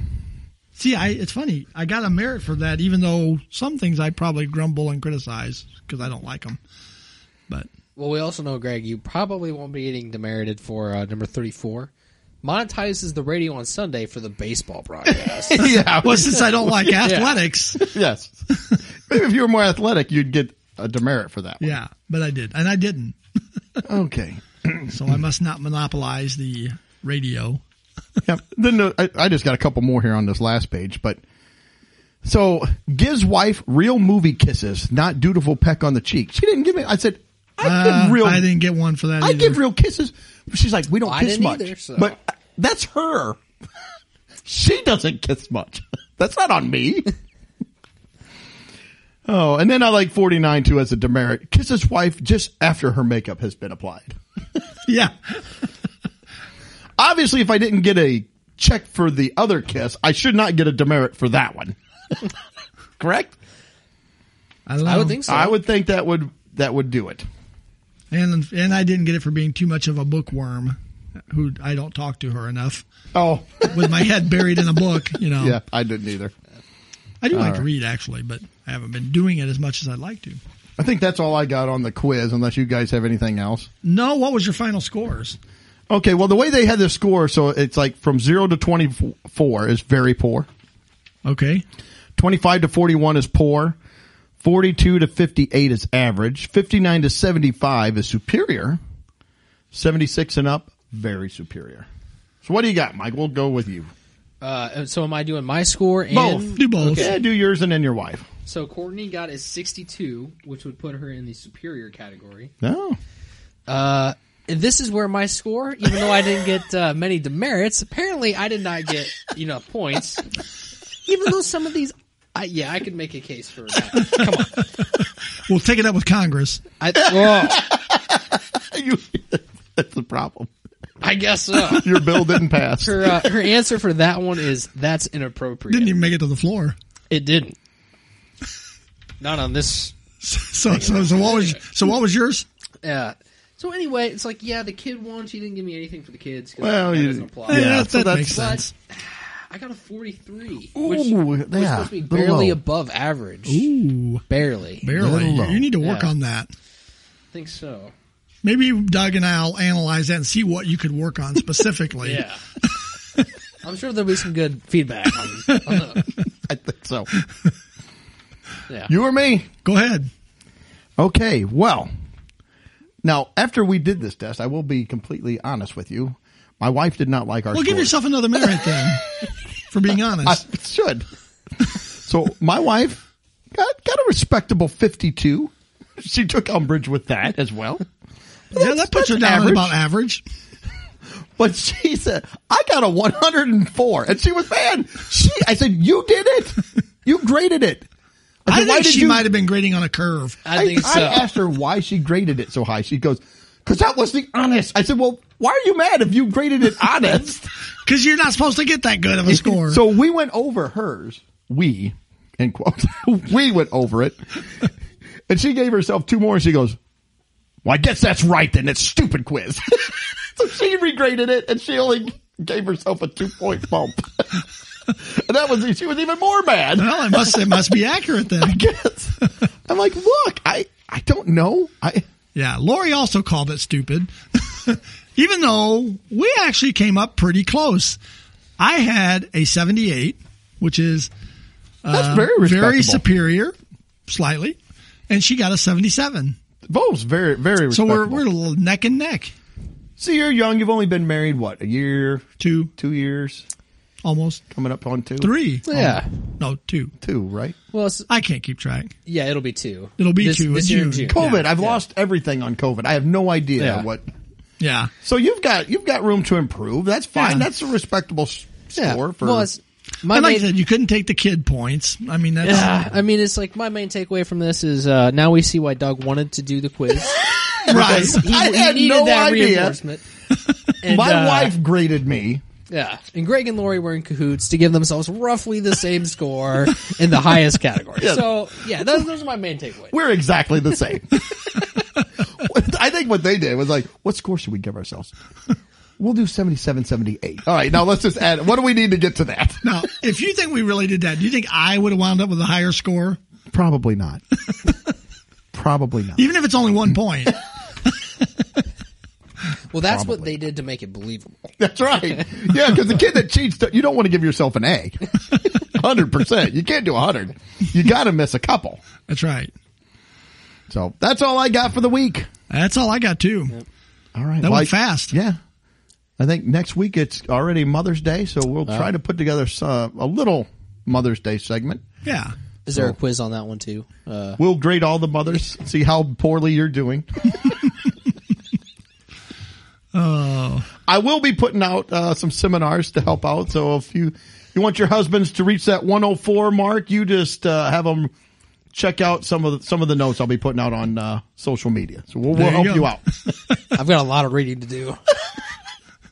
See, I, it's funny. I got a merit for that, even though some things I probably grumble and criticize because I don't like them. But
Well, we also know, Greg, you probably won't be getting demerited for uh, number thirty-four. Monetizes the radio on Sunday for the baseball broadcast.
yeah.
well, since I don't like athletics,
yes. Maybe if you were more athletic, you'd get a demerit for that. One.
yeah. But I did, and I didn't.
Okay.
So I must not monopolize the radio.
Yeah. Then the, I, I just got a couple more here on this last page, but so gives wife real movie kisses, not dutiful peck on the cheek. She didn't give me. I said I
Uh,
give real.
I
I,
didn't get one for that. either.
give real kisses. She's like we don't
I
kiss
didn't
much,
either, so.
but that's her. she doesn't kiss much. That's not on me. oh, and then I like forty nine too as a demerit. Kisses wife just after her makeup has been applied.
yeah.
Obviously, if I didn't get a check for the other kiss, I should not get a demerit for that one. Correct?
I, don't
I would
know.
think so.
I would think that would that would do it.
and and I didn't get it for being too much of a bookworm, who I don't talk to her enough
Oh,
with my head buried in a book. You know,
yeah, I didn't either.
I do like to read actually, but I haven't been doing it as much as I'd like to.
I think that's all I got on the quiz, unless you guys have anything else.
No, what was your final scores?
Okay, well, the way they had the score, so it's like from zero to twenty four is very poor.
Okay.
25 to 41 is poor. 42 to 58 is average. 59 to 75 is superior. 76 and up, very superior. So what do you got, Mike? We'll go with you.
Uh, so am I doing my score and
Both.
Do both.
Yeah, do yours and then your wife.
So Courtney got a 62, which would put her in the superior category.
No.
Uh, and this is where my score, even though I didn't get uh, many demerits, apparently I did not get you know points. Even though some of these I, yeah, I could make a case for that. Come on.
We'll take it up with Congress.
I, oh,
You, that's the problem.
I guess so.
Your bill didn't pass.
Her, uh, her answer for that one is that's inappropriate.
Didn't even make it to the floor.
it didn't. Not on this
So, so, so what was, so what was yours?
Yeah. uh, So anyway, it's like, yeah, the kid won. She didn't give me anything for the kids. 'cause
Well,
that
you-
doesn't apply.
Yeah,
Yeah, that,
so
that
that's-
makes sense.
But I got a 43,
Ooh,
which was
yeah,
supposed to be
little
barely
low.
above average.
Ooh,
Barely.
barely.
Little low.
You need to work
Yeah.
on that.
I think so.
Maybe Doug and I'll analyze that and see what you could work on specifically.
Yeah. I'm sure there'll be some good feedback on, on the,
I think so.
yeah.
You or me?
Go ahead.
Okay, well. Now, after we did this test, I will be completely honest with you. My wife did not like our
Well, give
scores.
yourself another minute right there for being
I
honest.
should. so my wife got, got a respectable 52. She took umbrage with that as well.
yeah, that puts her
that's
down
average.
about average.
But she said, I got a 104. And she was mad. She, I said, you did it. You graded it.
I,
said,
think she might have been grading on a curve.
I think
I
so.
asked her why she graded it so high. She goes, cause that was the honest. I said, well, why are you mad if you graded it honest?
Because you're not supposed to get that good of a score.
So we went over hers. We, in quotes, we went over it. And she gave herself two more and she goes, Well, I guess that's right then. It's stupid quiz. so she regraded it and she only gave herself a two point bump. and that was, she was even more mad. I
well, it must it must be accurate then.
guess. I'm like, Look, I, I don't know. I,
Yeah, Lori also called it stupid, even though we actually came up pretty close. I had a 78, which is uh,
that's very respectable.
very superior, slightly, and she got a 77.
Both very, very
So
respectable.
we're, we're neck and neck,
See, you're young. You've only been married, what, a year,
two,
two years,
almost
coming up on two?
three.
yeah.
No, two.
Two, right?
Well, it's,
I can't keep track.
yeah, it'll be two.
It'll be
This-
two in
this year in
June.
June.
COVID.
Yeah.
I've lost everything on COVID. I have no idea
Yeah.
what.
Yeah,
So you've got you've got room to improve. That's fine.
Yeah.
That's a respectable s-
Yeah.
score for.
Well, it's, my
and like I
main-
said, you couldn't take the kid points. I mean, that's
Yeah, I mean, it's like my main takeaway from this is uh, now we see why Doug wanted to do the quiz.
right.
He,
I
he
had
needed
no
that
idea.
reinforcement. And,
my
uh,
wife graded me.
yeah, and Greg and Lori were in cahoots to give themselves roughly the same score in the highest category.
Yeah.
So yeah, those, those are my main takeaways.
We're exactly the same. What- I think what they did was like, what score should we give ourselves? We'll do 77, 78. All right, now let's just add. What do we need to get to that?
Now, if you think we really did that, do you think I would have wound up with a higher score,
Probably not. Probably not.
even if it's only one point?
Well, that's what
Probably.
they did to make it believable.
That's right. Yeah, because the kid that cheats, you don't want to give yourself an A. 100%. You can't do 100. You got to miss a couple.
That's right.
So that's all I got for the week.
That's all I got too.
All right.
That went
Well, I-
fast.
Yeah. I think next week it's already Mother's Day, so we'll try to put together uh, a little Mother's Day segment.
Yeah.
Is there a quiz on that one too? Uh,
We'll grade all the mothers, see how poorly you're doing.
Oh,
I will be putting out uh, some seminars to help out. So if you you want your husbands to reach that 104 mark, you just uh, have them check out some of the, some of the notes I'll be putting out on uh, social media. So we'll, we'll
There you
help
go.
you out.
I've got a lot of reading to do.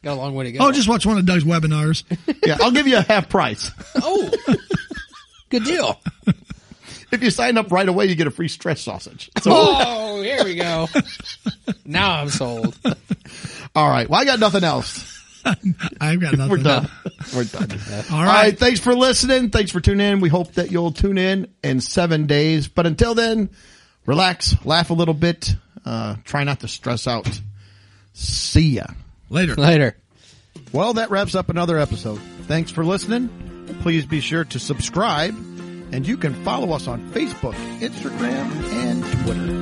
got a long way to go.
oh, just watch one of Doug's webinars.
Yeah, I'll give you a half price
oh, good deal.
if you sign up right away. You get a free stress sausage. So,
Oh, here we go. Now I'm sold.
all right. Well, I got nothing else.
I've got nothing.
We're done. We're done.
All
All
right.
right. Thanks for listening. Thanks for tuning in. We hope that you'll tune in in seven days. But until then, relax, laugh a little bit, uh, try not to stress out. See ya.
Later.
Later.
Well, that wraps up another episode. Thanks for listening. Please be sure to subscribe, and you can follow us on Facebook, Instagram, and Twitter.